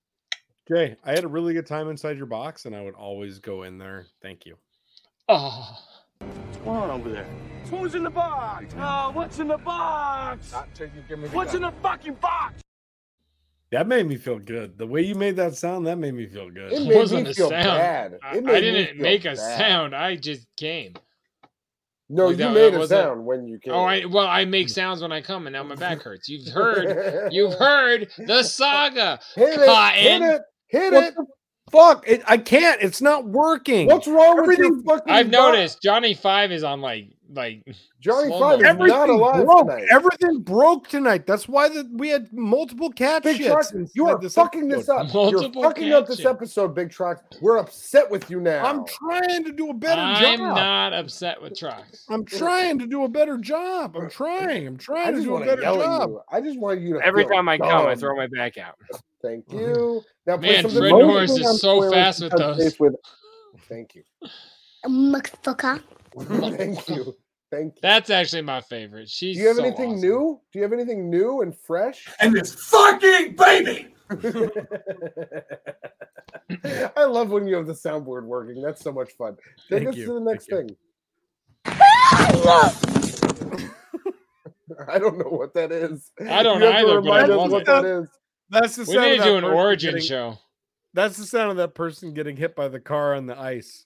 Jay, I had a really good time inside your box, and I would always go in there. Thank you.
Oh.
What's going on over there? Who's in the box? Oh, what's in the box? what's in the fucking box?
That made me feel good. The way you made that sound, that made me feel good.
It made wasn't a sound. I,
It
I
made me
didn't
feel
make a
bad.
sound. I just came.
No,
Like
you
that- that
made a
wasn't-
sound when you came.
Oh, I well, I make sounds when I come, and now my back hurts. You've heard, you've heard the saga.
Hit it,
Cotton.
hit it, hit
What
it.
the fuck! It, I can't. It's not working.
What's wrong with your
Everything-
fucking
I've
box?
noticed Johnny Five is on like like
Johnny
slow
Five is
motion.
not alive
broke.
tonight.
Everything broke tonight. That's why the, we had multiple cat
Big
shits.
Trucks, you
inside
are fucking
episode.
this up.
Multiple
You're fucking up
cat
this
shit.
episode, Big Trucks. We're upset with you now.
I'm trying to do a better
I'm
job.
not upset with trucks.
I'm trying to do a better job. I'm trying. I'm
I
trying to
just
do a
want
better
to yell
job.
at you. I just want you to.
Every
feel
time I come, I
dumb.
throw my back out.
Thank you. Now play
Man,
something-
Fred
Most
Norris
thing
is
I'm
so
swearing
fast with
touch
those.
base with- Thank you.
Motherfucker.
Thank you. Thank you.
That's actually my favorite. She's
Do you have
so
anything
awesome.
new? Do you have anything new and fresh?
And this fucking baby.
I love when you have the soundboard working. That's so much fun. Take
Thank
us
you.
to the next thing. I don't know what that is.
I don't
You have to
either, but I
remind us
love
what
it.
that is.
That's the
We
sound
need
of
to
that
do an
person
origin
getting-
show.
That's the sound of that person getting hit by the car on the ice.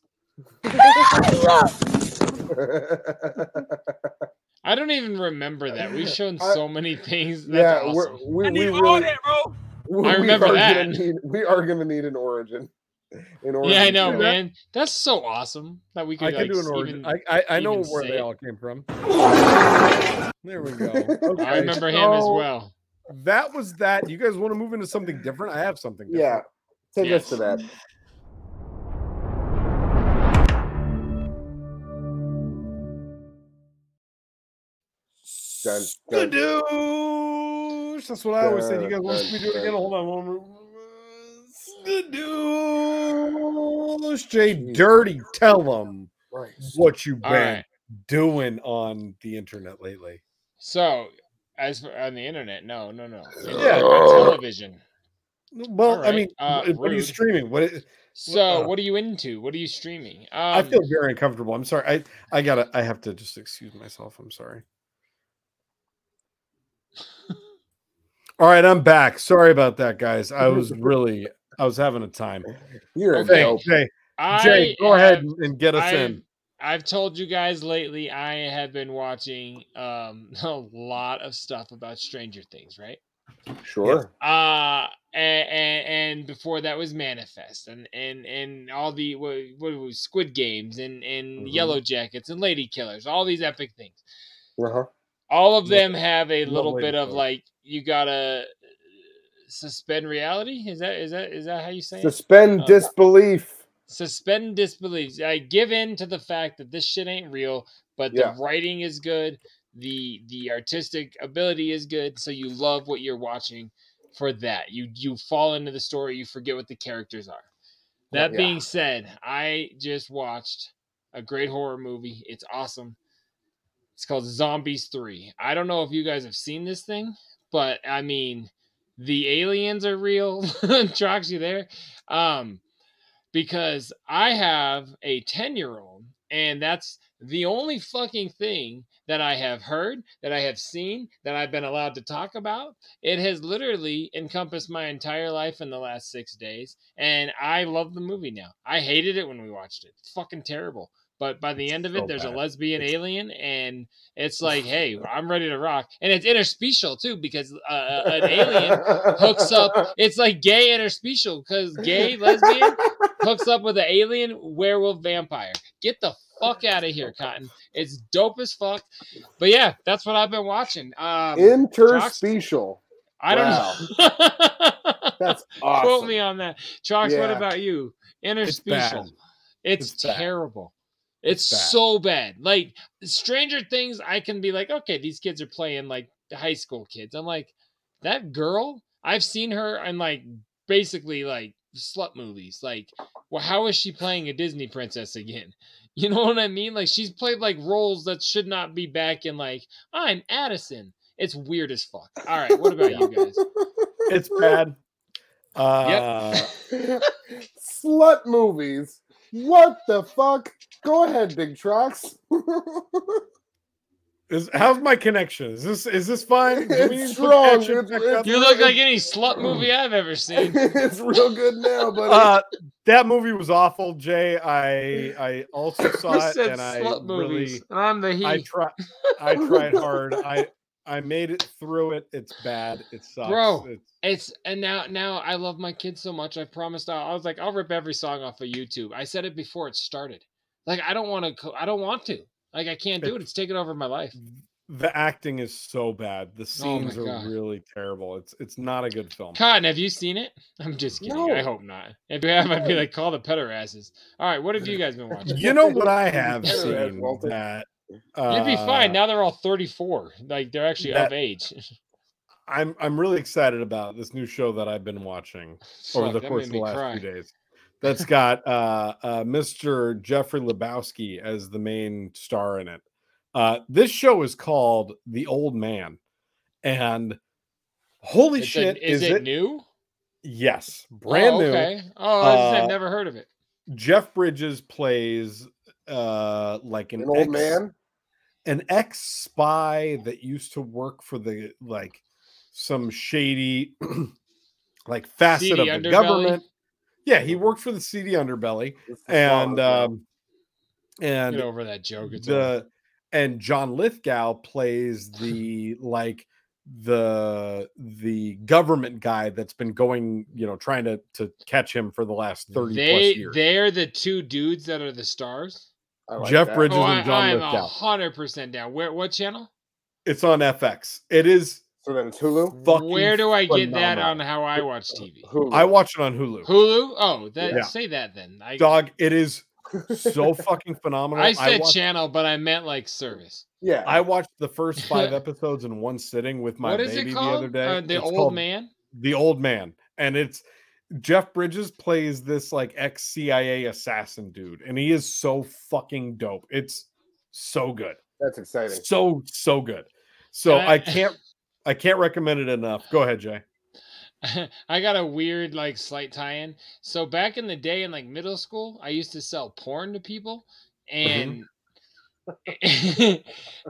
I don't even remember that. We've shown
I-
so many things.
yeah,
That's
we're,
awesome.
we, we really, we-
I
we
remember
are gonna
that.
need- we are going to need an origin. An origin
Yeah, I know,
show.
man. That's so awesome that we could.
I can
like,
do an origin.
Even,
I, I, I know
even
where
say
they
it.
all came from. There we go.
I remember him as
so
well.
That was that. You guys want to move into something different? I have something.
Yeah.
Different.
Take us to that. Dun, dun,
Skadoosh. That's what I always said. You guys want
Dun,
us to do it
dun,
again? Hold on. One more. Skadoosh. Jay Dirty, tell them what you've
All
been
right.
doing on the internet lately.
So, as for, on the internet, no, no, no.
Yeah.
television.
Well, I
Alright,
mean,
uh,
what- what are you
rude.
streaming? What? Is,
So,
uh,
what are you into? What are you streaming? Um,
I feel very uncomfortable. I'm sorry. I I gotta. I have to just excuse myself. I'm sorry. All right, I'm back. Sorry about that, guys. I was really. I was having a time.
You're
a dope.
Jay,
I
Jay, go ahead
have-
and- and get us
I have-
in.
I've told you guys lately I have been watching um a lot of stuff about Stranger Things, right?
Sure.
Uh and, and, and before that was Manifest and and and all the what, what it was Squid Games and
Mm-hmm.
and
Mhm.
Yellow Jackets and Lady Killers, all these epic things.
Uh-huh.
All of
Lo-
them have a
love
little
Lady
bit of
Killers.
like you got to suspend reality. Is that is that is that how you say it?
Suspend
Um,
disbelief.
suspend disbelief. I give in to the fact that this shit ain't real, but
Yeah.
the writing is good, the the artistic ability is good, so you love what you're watching for that. You you fall into the story, you forget what the characters are. That
Yeah.
being said, I just watched a great horror movie. It's awesome. It's called Zombies 3. I don't know if you guys have seen this thing, but I mean, the aliens are real. Trox, you there? Um, because I have a 10 year old, and that's the only fucking thing that I have heard, that I have seen, that I've been allowed to talk about. It has literally encompassed my entire life in the last six days, and I love the movie now. I hated it when we watched it. It's fucking terrible. But by the end of it,
so
there's a
bad.
lesbian alien, and it's like, hey, I'm ready to rock. And it's interspecial too, because uh, an alien hooks up. It's like gay interspecial, because gay lesbian hooks up with an alien werewolf vampire. Get the fuck out of here, Cotton. It's dope as fuck. But yeah, that's what I've been watching. Um, Jox-
Interspecial.
I don't know.
That's
Quote
awesome.
me on that, Chalks. What
Yeah.
about you? Interspecial.
bad.
It's,
It's bad.
terrible. It's,
It's bad.
so bad. Like Stranger Things, I can be like, okay, these kids are playing like high school kids. I'm like, that girl. I've seen her in like basically like slut movies. Like, well, how is she playing a Disney princess again? You know what I mean? Like she's played like roles that should not be back in like I'm Addison. It's weird as fuck. All right, what about you guys?
It's bad. Uh,
Slut movies. What the fuck? Go ahead, Big Trucks.
is, how's my connection? Is this is this fine? Do we need to
It's
put
wrong.
action
It's-
back
it's-
up?
You look like any slut movie I've ever seen.
it's real good now, buddy.
Uh, that movie was awful, Jay. I I also saw
You
it
said
and I
slut movies,
really
and I'm the he.
I tried I tried hard. I I made it through it. It's bad. It sucks.
Bro,
It's-
It's and now now I love my kids so much. I promised I, I was like I'll rip every song off of YouTube. I said it before it started. Like I don't want to. Co- I don't want to. Like I can't do it. It's taken over my life.
the acting is so bad. The
Oh my
scenes
God.
are really terrible. It's it's not a good film.
Cotton, have you seen it? I'm just kidding. I
No.
hope not. If you have, I'd be like call the petter asses. All right, what have you guys been watching?
You know what I have
You'd
seen that
be fine.
uh,
Now they're all 34. Like they're actually of
that-
age.
I'm I'm really excited about this new show that I've been watching over
Fuck,
the
that
course
made
of the
me
last few
cry.
days. That's got uh, uh, Mr. Jeffrey Lebowski as the main star in it. Uh, this show is called The Old Man, and holy
It's a-
shit,
is, it, new?
Yes, brand
oh,
new.
Okay. Oh, I just
Uh,
had never heard of it.
Jeff Bridges plays uh like an,
An old man?
an ex spy that used to work for the like some shady like facet
Seedy
of the
underbelly? Oh.
government. Yeah, he worked for the CD underbelly
the
and
father,
um and
Get over that joke. It's over.
the and John Lithgow plays the like the the government guy that's been going, you know, trying to to catch him for the last 30
they
plus years.
they're the two dudes that are the stars.
uh, Jeff Bridges
oh,
and John
I, I'm
Lithgow.
hundred percent down. Where what channel?
It's on FX. It is
so then it's Hulu.
Fucking
Where do I get that on
phenomenal.
how I watch TV?
I watch it on Hulu.
Hulu? Oh, that,
Yeah.
say that then. I,
Dog, it is so fucking phenomenal.
I said
watched,
channel, but I meant like service.
yeah.
I watched the first five episodes in one sitting with my
what is
baby
it
the
called?
other day.
Uh, the
It's
old
called
man.
The old man, and it's Jeff Bridges plays this like ex CIA assassin dude, and he is so fucking dope. It's so good.
That's exciting.
So so good. So
And I-
I can't I can't recommend it enough. Go ahead, Jay.
I got a weird, like, slight tie-in. So back in the day, in like middle school, I used to sell porn to people, and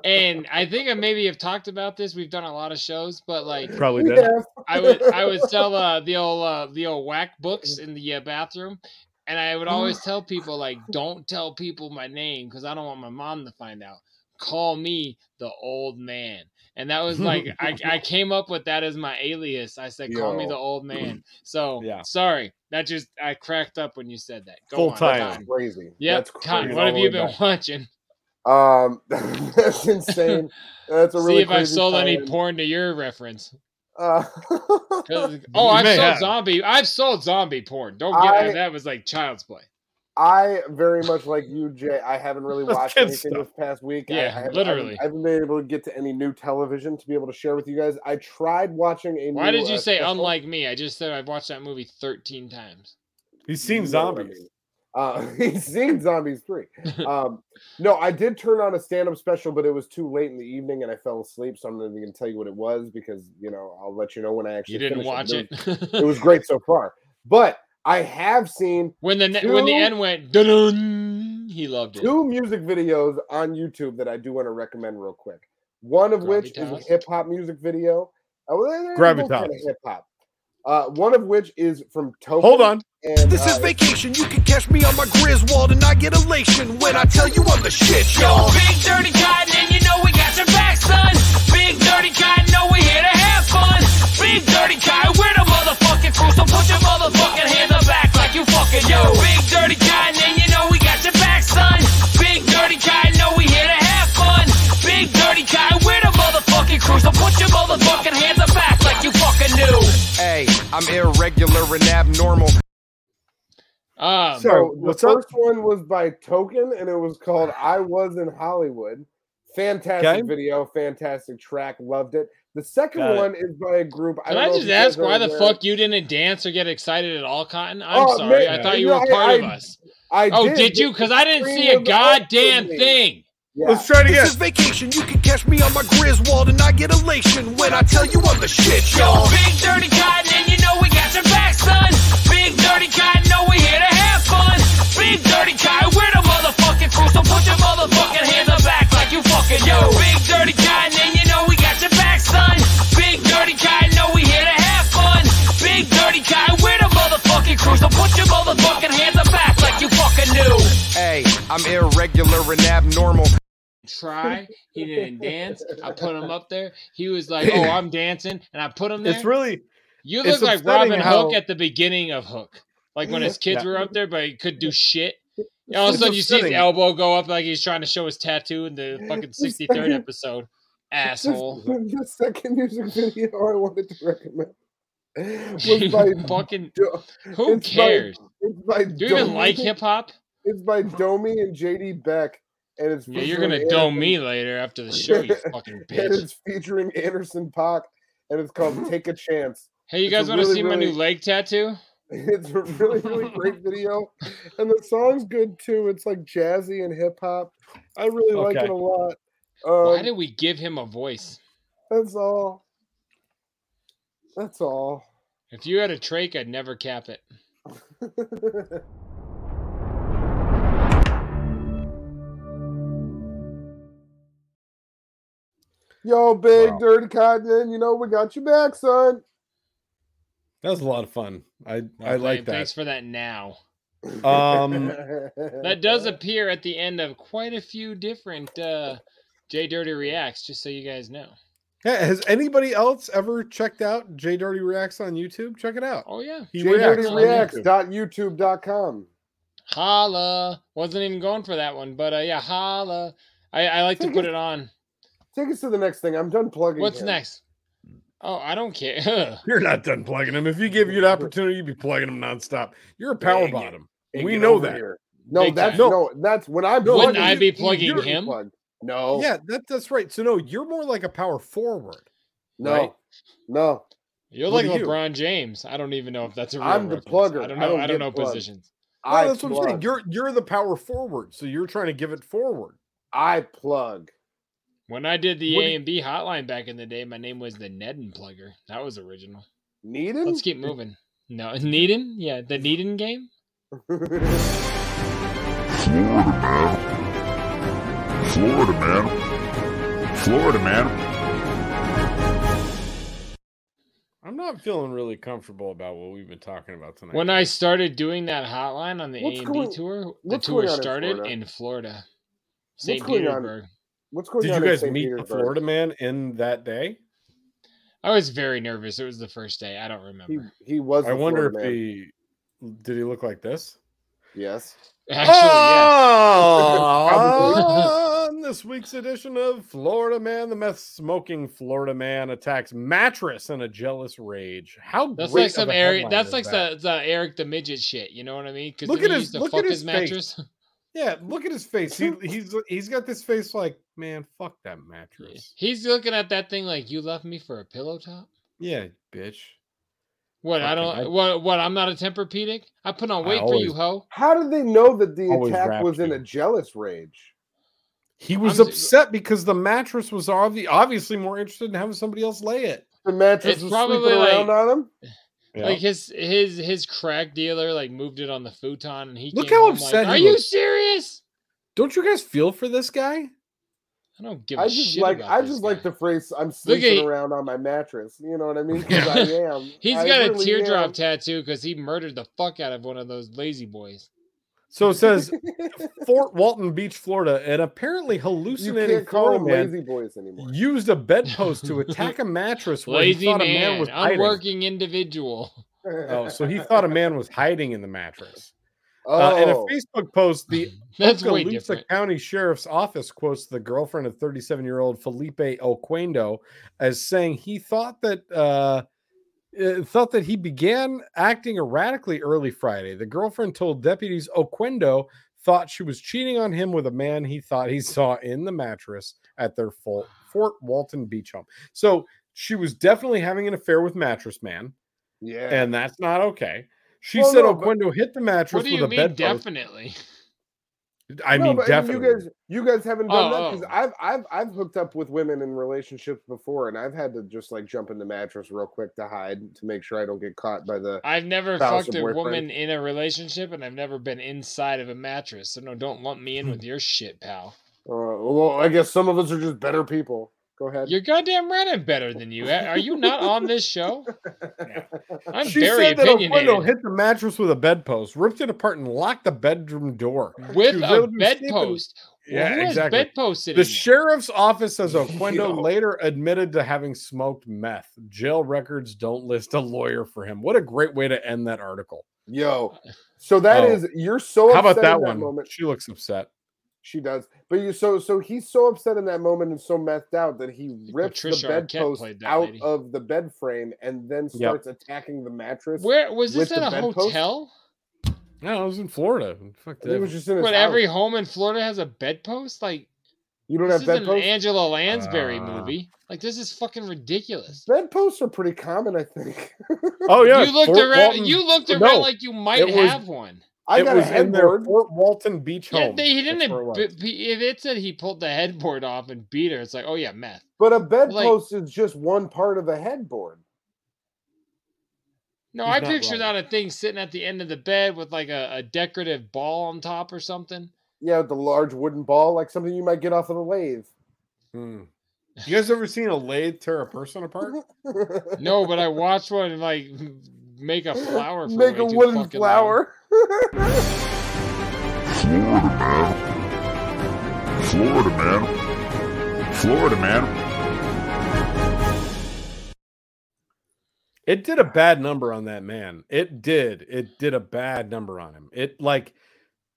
and I think I maybe have talked about this. We've done a lot of shows, but like,
Probably did. Yeah.
I would I would sell uh, the old uh, the old whack books in the uh, bathroom, and I
Mm-hmm.
would always tell people like, don't tell people my name because I don't want my mom to find out. Call me the old man, and that was like I, I came up with that as my alias. I said, call me
Yo.
the old man. So
Yeah.
sorry, that just I cracked up when you said that. Go
Full
on,
tie-in.
Cotton.
Crazy.
Yep,
That's
Cotton,
crazy
what
all
have
the
you
way
been
back.
watching?
Um, that's insane. That's a really
See if I've
crazy
sold any
tie-in.
porn to your reference.
Uh,
'Cause- Oh, I've
may
sold
have.
zombie. I've sold zombie porn. Don't get
I-
me. That was like child's play.
I very much like you, Jay. I haven't really
That's
watched
kid
anything
stuff.
this past week. I-
Yeah,
I, haven't-
literally.
I haven't, I haven't been able to get to any new television to be able to share with you guys. I tried watching a.
Why
new,
did you
uh,
say
special.
unlike me? I just said I've watched that movie thirteen times.
He's seen
You know what I
zombies.
mean. Uh, he's seen Zombies 3. Um, no, I did turn on a stand up special, but it was too late in the evening and I fell asleep. So I'm not even going to tell you what it was because, you know, I'll let you know when I actually
You didn't
finish
watch
it.
it.
But it was- it was great so far. But I have seen
when the ne- when the end went dun he loved it.
two music videos on YouTube that I do want to recommend real quick. One of which is a
Gravitas?
hip hop music video. Oh, they're- they're both
Gravitas.
kinda hip hop. Uh, one of which is from Token.
Hold on.
and,
This
uh,
is vacation. You can catch me on my Griswold and I get elation when I tell you I'm the shit,
Yo,
y'all.
big dirty cotton, and you know we got your back, son. Big dirty cotton, know we here to have fun. Big dirty cotton, we're the motherfucking crew, so put your motherfucking hands up back like you fucking yo. Big dirty cotton, and you know we got your back, son. Big dirty cotton, know we here to have fun. Big dirty cotton, we're the motherfucking crew, so put your motherfucking hands up back like you fucking knew.
Hey, I'm irregular and abnormal.
Um,
so the first one was by Token, and it was called "I Was in Hollywood." Fantastic
Okay.
video, fantastic track, loved it. The second
Got it.
one is by a group.
Can
don't
I
know if
just
you guys
ask why
are
the
aware-
fuck you didn't dance or get excited at all, Cotton? I'm
Oh,
sorry.
man,
I thought you
no,
were
I-
part of
I-
us.
I
oh,
did,
did you?
but
Because I didn't
the
see a
screen was off for
goddamn
me.
thing.
Let's
try it again.
This is vacation. You can catch me on my Griswold and I get elation when I tell you I'm the shit,
Yo,
y'all.
big dirty cotton, and you know we got your back, son. Big dirty cotton, know we here to have fun. Big dirty cotton, we're the motherfucking crew, so put your motherfucking hands up back like you fucking yo. Big dirty cotton, and you know we got your back, son. Big dirty cotton, know we here to have fun. Big dirty cotton, we're the motherfucking crew, so put your motherfucking hands up back like you fucking knew.
Hey, I'm irregular and abnormal.
Try. He didn't dance. I put him up there. He was like, "Oh, I'm dancing," and I put him there.
It's really
you
it's
look like
upsetting
Robin
how-
Hook at the beginning of Hook, like when his kids
Yeah.
were up there, but he could do shit. And all of a
It's
sudden, you see his
upsetting.
elbow go up like he's trying to show his tattoo in the fucking sixty third episode. Asshole.
The, the second music video I wanted to recommend was by
fucking.
Do-
Who
it's by-
cares?
it's by
Do you even
Domi-
like hip hop?
It's by Domi and JD Beck, and it's
Yeah, you're
featuring
gonna dome
Anderson-
me later after the show, you fucking
And
bitch.
it's featuring Anderson Pock, and it's called "Take a Chance."
Hey, you
It's a
guys want to
really,
see my new
really-
leg tattoo?
It's a really, really great video, and the song's good too. It's like jazzy and hip hop. I really like
Okay.
it a lot.
Why
Um,
did we give him a voice?
that's all. That's all.
If you had a trach, I'd never cap it.
Yo, big dirty cotton. You know we got your back, son.
That was a lot of fun. I I
Well,
like
Blaine, Thanks
that.
for that. Now
Um,
that does appear at the end of quite a few different uh, J Dirty reacts. Just so you guys know.
yeah, has anybody else ever checked out J Dirty Reacts on YouTube? Check it out.
Oh yeah,
He reacts on YouTube.
JDirtyReacts.youtube.com.
holla. Wasn't even going for that one, but uh, yeah, holla. I, I like to put it on.
Take us to the next thing. I'm done plugging.
What's
him.
next? Oh, I don't care.
You're not done plugging him. If you give you the opportunity, you'd be plugging him nonstop. You're a power
Dang it.
bottom.
Hey,
We
get
know
over
that.
here. No,
Big
that's
time.
no. that's when I'm.
No,
Wouldn't
plugging
I
you,
be
you're
plugging
being
him?
plugged. No.
Yeah, that, that's right. So no, you're more like a power forward.
No.
right.
No.
You're
Look
like
at you.
LeBron James. I don't even know if that's a real
I'm the
reference.
plugger.
I don't
I
know.
don't
I don't
get
know
plugged.
positions.
No,
I
that's what I'm saying.
plug.
You're you're the power forward, so you're trying to give it forward.
I plug.
When I did the
What do
A
you-
and B hotline back in the day, my name was the Nedden Plugger. That was original.
Needed.
Let's keep moving. No, Needin? Yeah, the Needin game?
Florida man. Florida man. Florida man.
I'm not feeling really comfortable about what we've been talking about tonight.
When I started doing that hotline on the A
What's
and B
going-
tour, the
what's
tour
going on in
started
Florida?
in Florida, St.
going on?
Petersburg.
What's going
Did
on?
you
in
guys
St.
meet the
Petersburg?
Florida man in that day?
I was very nervous. It was the first day. I don't
He
remember.
he was.
I
the
wonder
Florida
if
man.
he did he look like this?
Yes.
Actually,
oh, on this week's edition of Florida Man, the meth smoking Florida man attacks mattress in a jealous rage. How
That's
great
like some
of a
Eric.
headline
That's
is
like
that?
The, the Eric the midget shit. You know what I mean? Because
Look
he
at his-
used to
look at
fuck
his
his
face.
mattress.
yeah. Look at his face. He, he's he's got this face like man. Fuck that mattress.
He's looking at that thing like you left me for a pillow top.
Yeah, bitch.
What I don't. what? What? I'm not a Tempur-Pedic. I put on weight for you,
always-
hoe.
How did they know that the
Always
attack
wrapped
was in a jealous rage?
He was upset because the mattress was obvi- obviously more interested in having somebody else lay it.
The mattress
It's was sweeping probably around like-
on him.
Like his his his crack dealer like moved it on the futon and he
Look
came
how
home
upset
Like,
he
Are you
was.
serious?
Don't you guys feel for this guy?
I don't give a
I just
shit
like
about
I
this
just like the phrase "I'm
Look at-
sleeping around on my mattress." You know what I mean? 'Cause I am.
He's
I
got
really
a teardrop
am.
tattoo because he murdered the fuck out of one of those lazy boys.
So it says Fort Walton Beach, Florida, an apparently
You
hallucinating
can't call
Florida
them
man
lazy boys anymore.
used a bedpost to attack a mattress where he
Lazy
thought
man,
a man was hiding.
unworking individual.
Oh, so he thought a man was hiding in the mattress. Uh, in a
Oh.
Facebook post, the
That's way
Okaloosa
different.
County Sheriff's Office quotes the girlfriend of 37 year old Felipe Oquendo as saying he thought that uh, uh, thought that he began acting erratically early Friday. The girlfriend told deputies Oquendo thought she was cheating on him with a man he thought he saw in the mattress at their Fort, Fort Walton Beach home. So she was definitely having an affair with mattress man
Yeah.
and that's not okay. She
Well,
said
no, but-
Oquendo hit the mattress
What do
with
you
a
mean?
bedpost.
Definitely.
I
No,
mean,
but
definitely.
You guys, you guys haven't done
Oh,
that because I've, I've, I've hooked up with women in relationships before, and I've had to just like jump in the mattress real quick to hide to make sure I don't get caught by the. uh,
I've never
spouse
fucked
or
a
boyfriend.
woman in a relationship, and I've never been inside of a mattress. So no, don't lump me in with your shit, pal.
Uh, well, I guess some of us are just better people. Go ahead.
You're goddamn right. I'm better than you. Are you not on this show? I'm
she
very
said that Oquendo
opinionated
hit the mattress with a bedpost, ripped it apart, and locked the bedroom door.
with
She was
a
able to escape in-
bedpost. Well,
Yeah,
who has
exactly.
bedposts
The
anymore?
sheriff's office says Oquendo
Yo.
later admitted to having smoked meth. Jail records don't list a lawyer for him. What a great way to end that article.
Yo, so that
Oh.
is you're so.
How about
upset
that
in
one?
Moment
she looks upset.
She does, but you so so he's so upset in that moment and so methed out that he rips the
Patricia Arquette
bedpost
played that
out
lady.
of the bed frame and then starts attacking the mattress.
Where was this
with
at a
the bedpost.
hotel?
No, it was in Florida. Fuck
I think it was just in his
But every
house.
home in Florida has a bedpost. Like
You don't have
this isn't an
bedposts?
Angela Lansbury
Uh.
movie. Like this is fucking ridiculous.
Bedposts are pretty common, I think.
Oh yeah,
you looked
Fort
around.
Walton- Oh,
You looked around
No,
like you might
it was-
have one.
I
it
got a
was in their
headboard.
Fort Walton Beach
Yeah,
home.
they, he
That's where it
didn't.
was.
b- b- If it said he pulled the headboard off and beat her, it's like, oh yeah, meth.
But a bedpost is just one part of a headboard.
No,
He's
I
not
pictured that a thing sitting at the end of the bed with like a, a decorative ball on top or something.
Yeah, the large wooden ball, like something you might get off of the lathe.
Hmm. You guys ever seen a lathe tear a person apart?
No, but I watched one like make a flower. For
Make
way
a
too
wooden
fucking
flower.
Florida man. Florida man. Florida man.
It did a bad number on that man. It did. It did a bad number on him. It like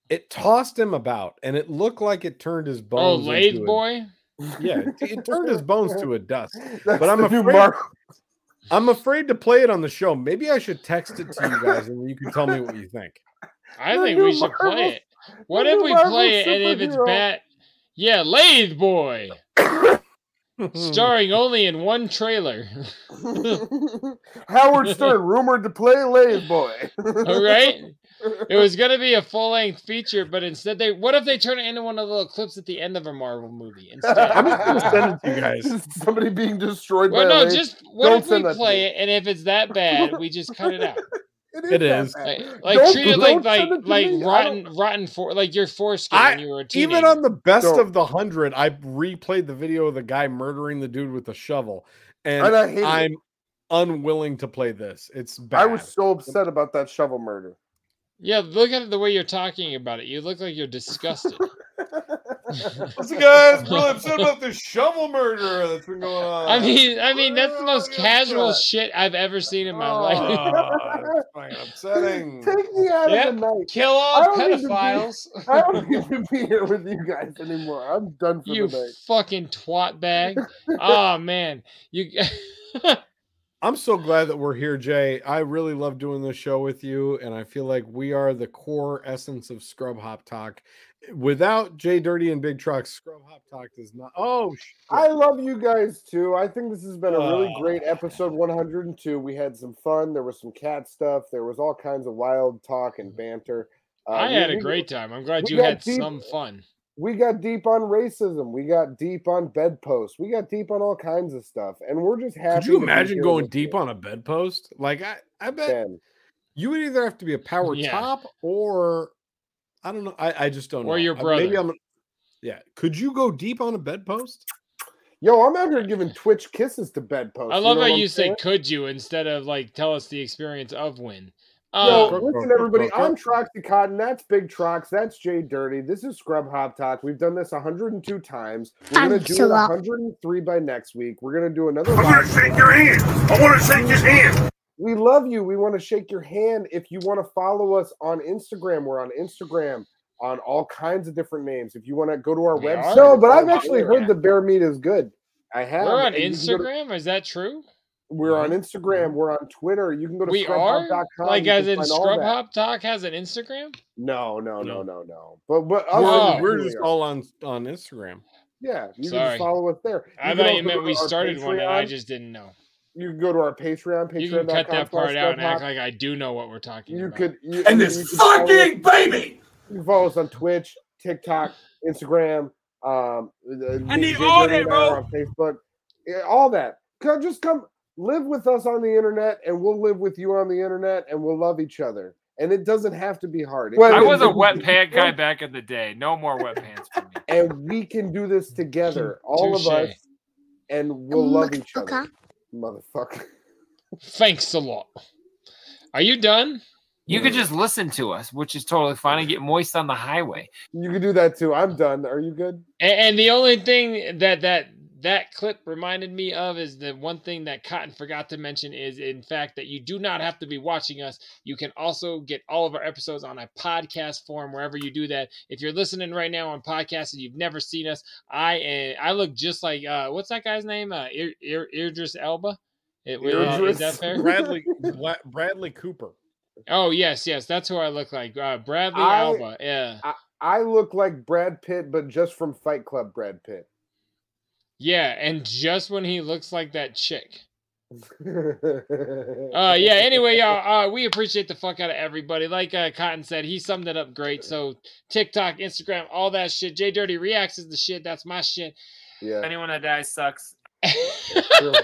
it tossed him about, and it looked like it turned his
long. Oh,
bones.
lathe
into a-
boy.
yeah, it, it turned his bones to a dust.
That's
but I'm
the new
afraid.
Marvel.
I'm afraid to play it on the show. Maybe I should text it to you guys, and you can tell me what you think.
I
The
think
new
we should play
Marvel-
it. What
the
if
new
we
Marvel
play it and if it's
superhero.
bad? Yeah, lathe boy.
Hmm.
Starring only in one trailer.
Howard Stern rumored to play Lathe Boy.
All right. It was gonna be a full length feature, but instead they what if they turn it into one of the little clips at the end of a Marvel movie instead?
I'm just gonna send it to you guys.
Somebody being destroyed by
well
a
no,
lathe.
just what
Don't
if
send
we
that to
play
me.
it and if it's that bad, we just cut it out.
It is.
Like, like,
Don't-
treat it
don't
like
send it
like
to
like
me. I
rotten rotten for like your foreskin
I-
when you were a teenager.
Even on the best
Don't.
of the hundred, I replayed the video of the guy murdering the dude with the shovel, and,
And I hate it.
I'm unwilling to play this. It's bad.
I was so upset about that shovel murder.
Yeah, look at the way you're talking about it. You look like you're disgusted.
What's the guys really upset about this shovel murder that's been going on?
I mean, I mean that's the most casual shit I've ever seen in my
Uh,
life.
Oh, fucking upsetting.
Take me out
Yep.
of the night.
Kill
I
all
don't need to be-
pedophiles.
I don't need to be here with you guys anymore. I'm done for
You
the night. Uh,
fucking twat bag. oh man, you.
I'm so glad that we're here, Jay. I really love doing this show with you, and I feel like we are the core essence of Scrub Hop Talk. Without Jay Dirty and Big Trucks, Scrub Hop Talk does not. Oh, shit.
I love you guys too. I think this has been a really great episode 102. We had some fun. There was some cat stuff. There was all kinds of wild talk and banter. Uh,
Mm-hmm. I
we-
had
we-
a great time. I'm glad
we
you
got
had
deep-
some fun.
we got deep on racism. We got deep on bedposts. We got deep on all kinds of stuff, and we're just happy.
Could you imagine going deep on a bedpost? Like I, I bet you would either have to be a power
Yeah.
top or I don't know. I, I just don't know.
Or your
I- Maybe
brother.
I'm. Yeah. Could you go deep on a bedpost?
Yo, I'm out here giving Twitch kisses to bedposts.
I love
know
how
what
you
I'm
say
saying?
"could you" instead of like "tell us the experience of when."
Yo,
Um,
listen, everybody. I'm Troxy Cotton. That's Big Trox. That's Jay Dirty. This is Scrub Hop Talk. We've done this 102 times. We're gonna
I'm
do
so
it
up.
103 by next week. We're gonna do another.
I wanna shake your hand. I wanna shake his hand.
We love you. We want to shake your hand. If you want to follow us on Instagram, we're on Instagram on all kinds of different names. If you want to go to our
We
website,
are?
no, but I've
We're
actually
there.
heard the bear meat is good. I have.
we're on
and you can go to-
Instagram. Is that true?
We're on Instagram. We're on Twitter. You can go to
We are
scrubhop.com.
like
you
as
can
in
find all that.
Scrub Hop Talk has an Instagram.
No, no, no, no, no. But but
We're,
other than
we're
Twitter,
just all on on Instagram.
yeah. You
Sorry.
can follow us there.
I
can
thought you
also go
meant
to
we
our
started one, and I
Patreon.
just didn't know.
you can go to our Patreon. Patreon.
You can cut that part out and act like I do know what we're talking
you
about.
could you,
And
I mean,
this
you could follow
fucking
us-
baby!
You can follow us on Twitch, TikTok, Instagram. Um, the-
I need
Jay
all that,
Dirty and I are
bro.
On Facebook, Yeah, all that. Come, just come live with us on the internet, and we'll live with you on the internet, and we'll love each other. And it doesn't have to be hard. It
I
can-
was
it
a
can
wet
be
pant guy
fun,
back in the day. No more wet pants.
and we can do this together, all of
Touche.
us, and we'll love each other. Motherfucker.
Thanks a lot. Are you done?
You could just listen to us, which is totally fine, and get moist on the highway.
You can do that too. I'm done. Are you good?
And, and the only thing that that that clip reminded me of is the one thing that Cotton forgot to mention is, in fact, that you do not have to be watching us. You can also get all of our episodes on a podcast form wherever you do that. If you're listening right now on podcast and you've never seen us, I uh, I look just like uh, what's that guy's name? Uh, Ir- Ir- Idris Elba. It- uh, is that fair?
Bradley Bla- Bradley Cooper.
Oh yes, yes, that's who I look like. Uh, Bradley
I-
Alba. Yeah,
I, I look like Brad Pitt, but just from Fight Club Brad Pitt.
yeah, and just when he looks like that chick. Uh,
uh,
yeah. Anyway, y'all, uh, we appreciate the fuck out of everybody. Like uh, Cotton said, he summed it up great. So TikTok, Instagram, all that shit. J Dirty reacts is the shit. That's my shit.
Yeah.
Anyone that dies sucks.
God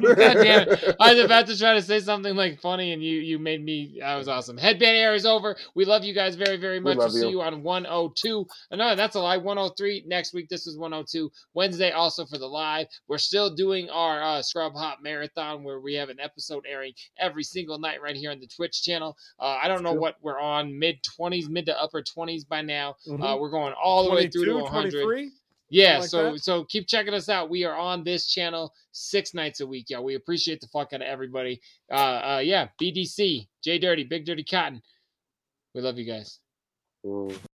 damn it! I was about to try to say something like funny, and you you made me. I was awesome. Headband air is over. We love you guys very very
We
much. We'll
love
see
you.
you on 102. Uh, No, that's a lie. 103 next week. This is 102 Wednesday. Also for the live, we're still doing our uh, scrub hop marathon where we have an episode airing every single night right here on the Twitch channel. Uh, I don't know what we're on mid 20s, mid to upper 20s by now. Uh,
Mm-hmm.
Mhm.
we're going all the way through to
22,
100.
23?
Yeah,
Something like
so
that?
so keep checking us out. We are on this channel six nights a week, y'all. We appreciate the fuck out of everybody. Uh, uh yeah, BDC, J Dirty, Big Dirty Cotton. We love you guys.